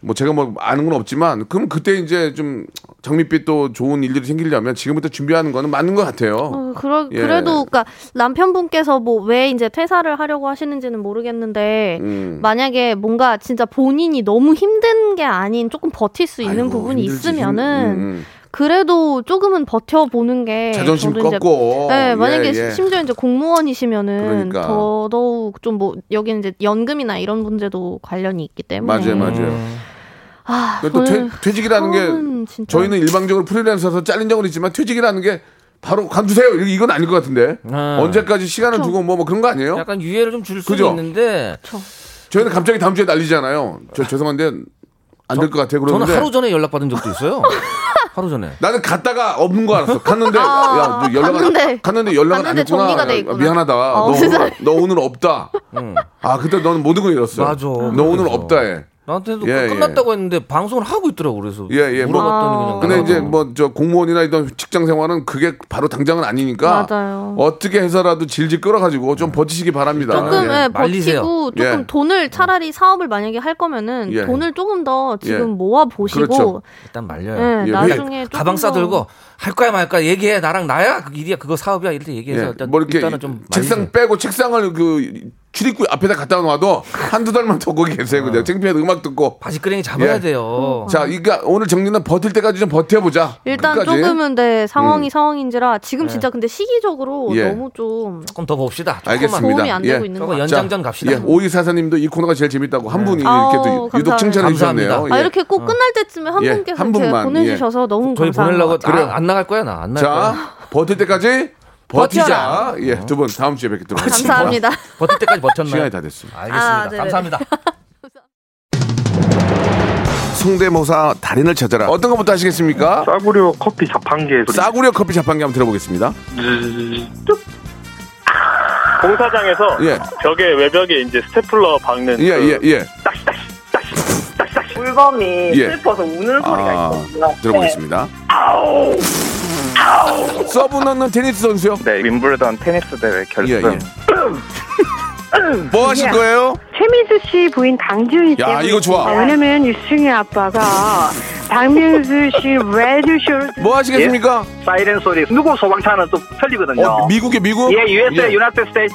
Speaker 3: 뭐 제가 뭐 아는 건 없지만 그럼 그때 이제 좀 장밋빛 또 좋은 일들이 생기려면 지금부터 준비하는 거는 맞는 것 같아요.
Speaker 7: 어, 그러,
Speaker 3: 예.
Speaker 7: 그래도 그러니까 남편분께서 뭐 왜 이제 퇴사를 하려고 하시는지는 모르겠는데
Speaker 3: 음.
Speaker 7: 만약에 뭔가 진짜 본인이 너무 힘든 게 아닌 조금 버틸 수 있는 부분이
Speaker 3: 힘들지, 힘-
Speaker 7: 있으면은
Speaker 3: 음, 음.
Speaker 7: 그래도 조금은 버텨보는 게
Speaker 3: 자존심
Speaker 7: 네, 저도 이제
Speaker 3: 꺾고.
Speaker 7: 네, 만약에
Speaker 3: 예, 예.
Speaker 7: 심지어 이제 공무원이시면은
Speaker 3: 그러니까.
Speaker 7: 더더욱 좀 뭐 여기는 이제 연금이나 이런 문제도 관련이 있기 때문에
Speaker 3: 음, 맞아요, 맞아요.
Speaker 10: 음.
Speaker 7: 아,
Speaker 3: 근데 또 퇴,
Speaker 7: 저는
Speaker 3: 퇴직이라는 게
Speaker 7: 사업은 진짜-
Speaker 3: 저희는 일방적으로 프리랜서서 잘린 적은 있지만 퇴직이라는 게 바로 관두세요 이- 이건 아닐 것 같은데
Speaker 10: 아.
Speaker 3: 언제까지 시간을 두고 뭐, 뭐 그런 거 아니에요?
Speaker 10: 약간 유예를 좀 줄 수는
Speaker 3: 그죠?
Speaker 10: 있는데
Speaker 3: 저희는 갑자기 다음 주에 날리잖아요. 저 죄송한데 안 될 것 같아요. 그러는데
Speaker 10: 저는 하루 전에 연락 받은
Speaker 3: [LAUGHS]
Speaker 10: 적도 있어요. 하루 전에.
Speaker 3: 나는 갔다가 없는 거 알았어. 갔는데 야너 연락
Speaker 7: 아, 갔는데-
Speaker 3: 갔는데, 갔는데 연락 안
Speaker 7: 갔는데
Speaker 3: 했구나.
Speaker 7: 정리가 돼 있구나.
Speaker 3: 미안하다.
Speaker 7: 아,
Speaker 3: 너,
Speaker 7: 세상에.
Speaker 3: 너 오늘 없다.
Speaker 10: 음.
Speaker 3: 아 그때 너는 모든 걸 잃었어.
Speaker 10: 맞아.
Speaker 3: 너 오늘 없다해.
Speaker 10: 나한테도 그
Speaker 3: 예,
Speaker 10: 끝났다고 했는데 방송을 하고 있더라고 그래서
Speaker 3: 예, 예. 뭐-
Speaker 10: 물어봤더니
Speaker 7: 아.
Speaker 10: 그냥
Speaker 3: 근데
Speaker 10: 나가고.
Speaker 3: 이제 뭐 저 공무원이나 이런 직장 생활은 그게 바로 당장은 아니니까
Speaker 7: 맞아요.
Speaker 3: 어떻게 해서라도 질질 끌어가지고 좀 버티시기 바랍니다.
Speaker 7: 조금
Speaker 3: 예.
Speaker 7: 예,
Speaker 10: 말리세요.
Speaker 7: 버티고
Speaker 3: 예.
Speaker 7: 조금 돈을 차라리 사업을 만약에 할 거면은
Speaker 3: 예.
Speaker 7: 돈을 조금 더 지금
Speaker 3: 예.
Speaker 7: 모아 보시고
Speaker 3: 그렇죠.
Speaker 10: 일단
Speaker 7: 예,
Speaker 10: 말려요.
Speaker 3: 예,
Speaker 7: 나중에 조금
Speaker 10: 가방
Speaker 7: 더-
Speaker 10: 싸들고 할 거야 말 거야 얘기해 나랑 나야 그 일이야 그거 사업이야 이렇게 얘기해서
Speaker 3: 예.
Speaker 10: 일단,
Speaker 3: 뭐 이렇게
Speaker 10: 일단은 좀
Speaker 3: 책상
Speaker 10: 말리세요.
Speaker 3: 빼고 책상을 그 출입구 앞에다 갖다 놔도 한두 달만 더 거기 계세요.
Speaker 10: 아.
Speaker 3: 그냥 창피해서 음악 듣고.
Speaker 10: 바지 끄랭이 잡아야
Speaker 3: 예.
Speaker 7: 음.
Speaker 10: 돼요.
Speaker 3: 자, 그러니까 오늘 정리는 버틸 때까지 좀 버텨보자.
Speaker 7: 어. 일단
Speaker 3: 끝까지. 음.
Speaker 7: 조금은 네, 상황이 상황인지라 지금 진짜 근데 시기적으로
Speaker 3: 예.
Speaker 7: 너무 좀
Speaker 10: 조금 더 봅시다. 조금만.
Speaker 3: 알겠습니다.
Speaker 7: 도움이 안 되고
Speaker 3: 예.
Speaker 7: 있는 것
Speaker 10: 저거
Speaker 7: 같아요.
Speaker 10: 연장전 갑시다.
Speaker 3: 예, 오이 사사님도 이 코너가 제일 재밌다고 한 분이 이렇게
Speaker 7: 아우,
Speaker 3: 또 유독
Speaker 7: 감사합니다.
Speaker 3: 칭찬해 주셨네요.
Speaker 10: 감사합니다.
Speaker 7: 아
Speaker 3: 예.
Speaker 7: 이렇게 꼭 끝날 때쯤에 한
Speaker 3: 예,
Speaker 7: 분께서
Speaker 3: 한
Speaker 7: 이렇게
Speaker 3: 분만,
Speaker 7: 보내주셔서 너무
Speaker 10: 저희
Speaker 7: 감사한
Speaker 10: 보내려고
Speaker 7: 것
Speaker 3: 그래요.
Speaker 10: 아, 안 나갈 거야 나 안 나갈 거야.
Speaker 7: [LAUGHS]
Speaker 3: 자, 버틸 때까지 버티자.
Speaker 10: 버텨라.
Speaker 3: 예, 두 분 다음 주에 뵙겠습니다.
Speaker 7: 같아요. 감사합니다.
Speaker 10: 버틸 때까지 버텼나요?
Speaker 3: 시간이 다 됐습니다.
Speaker 10: 알겠습니다.
Speaker 7: 아, 네네.
Speaker 10: 감사합니다.
Speaker 3: 성대모사 달인을 찾아라. 어떤 것부터 하시겠습니까?
Speaker 5: 싸구려 커피 자판기의 소리.
Speaker 3: 싸구려 커피 자판기 한번 들어보겠습니다.
Speaker 6: 공사장에서
Speaker 3: 예.
Speaker 6: 벽에 외벽에 이제 스테플러 박는
Speaker 3: 예,
Speaker 6: 그
Speaker 3: 예, 예.
Speaker 8: 물범이
Speaker 3: 예.
Speaker 8: 슬퍼서 우는 소리가
Speaker 3: 아,
Speaker 8: 있거든요.
Speaker 3: 들어보겠습니다. 서브 넣는 테니스 선수요?
Speaker 5: 네, 윈블던 테니스 대회
Speaker 3: 예,
Speaker 5: 결승.
Speaker 3: 예. 뭐 하실 거예요?
Speaker 8: 최민수 씨 부인 강지훈 씨.
Speaker 3: 야,
Speaker 8: 때문에
Speaker 3: 이거 좋아.
Speaker 8: 아, 왜냐면 유승희 아빠가 박민수 씨 [LAUGHS] 레드쇼를
Speaker 3: 뭐 하시겠습니까?
Speaker 5: 사이렌 소리. 누구 소방차는 또 틀리거든요.
Speaker 3: 어, 미국에 미국?
Speaker 5: 예, USA,
Speaker 3: 예.
Speaker 5: United States.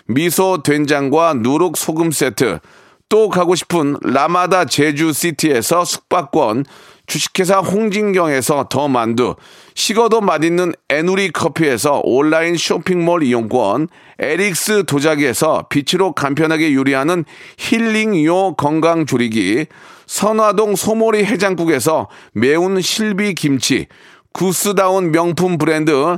Speaker 3: 미소 된장과 누룩 소금 세트 또 가고 싶은 라마다 제주시티에서 숙박권 주식회사 홍진경에서 더 만두 식어도 맛있는 에누리 커피에서 온라인 쇼핑몰 이용권 에릭스 도자기에서 빛으로 간편하게 요리하는 힐링요 건강조리기 선화동 소모리 해장국에서 매운 실비 김치 구스다운 명품 브랜드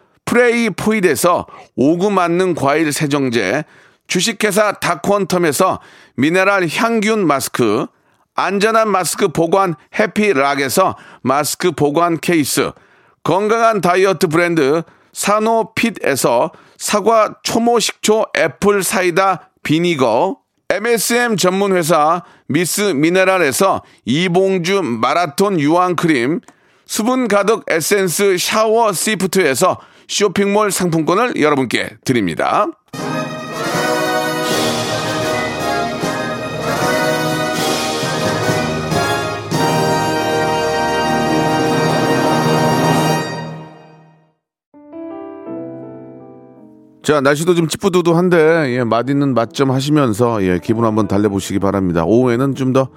Speaker 3: 프레이 포일에서 오구 맞는 과일 세정제, 주식회사 다콘텀에서 미네랄 향균 마스크, 안전한 마스크 보관 해피락에서 마스크 보관 케이스, 건강한 다이어트 브랜드 사노핏에서 사과 초모 식초 애플 사이다 비니거, MSM 전문회사 미스 미네랄에서 이봉주 마라톤 유황크림, 수분 가득 에센스 샤워 시프트에서 쇼핑몰 상품권을 여러분께 드립니다. 자, 날씨도 좀 찌뿌두두한데, 예, 맛있는 맛점 하시면서, 예, 기분 한번 달래보시기 바랍니다. 오후에는 좀 더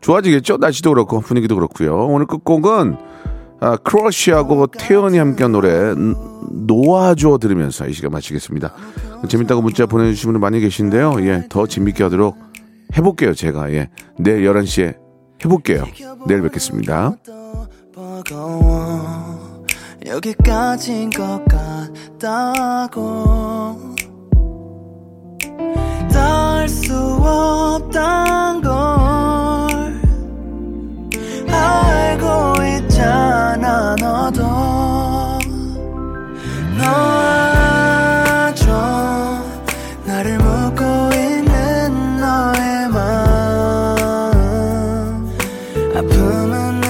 Speaker 3: 좋아지겠죠? 날씨도 그렇고, 분위기도 그렇고요. 오늘 끝곡은, 아, 크러쉬하고 태연이 함께한 노래, 놓아줘 들으면서 이 시간 마치겠습니다. 재밌다고 문자 보내주신 분들 많이 계신데요. 예, 더 재밌게 하도록 해볼게요, 제가. 예, 내일 11시에 해볼게요. 내일 뵙겠습니다.
Speaker 11: 버거워 여기까지인 것 같다고 닿을 수 없단 걸 알고 있잖아 너도 너아줘 나를 묻고 있는 너의 마음 아픔은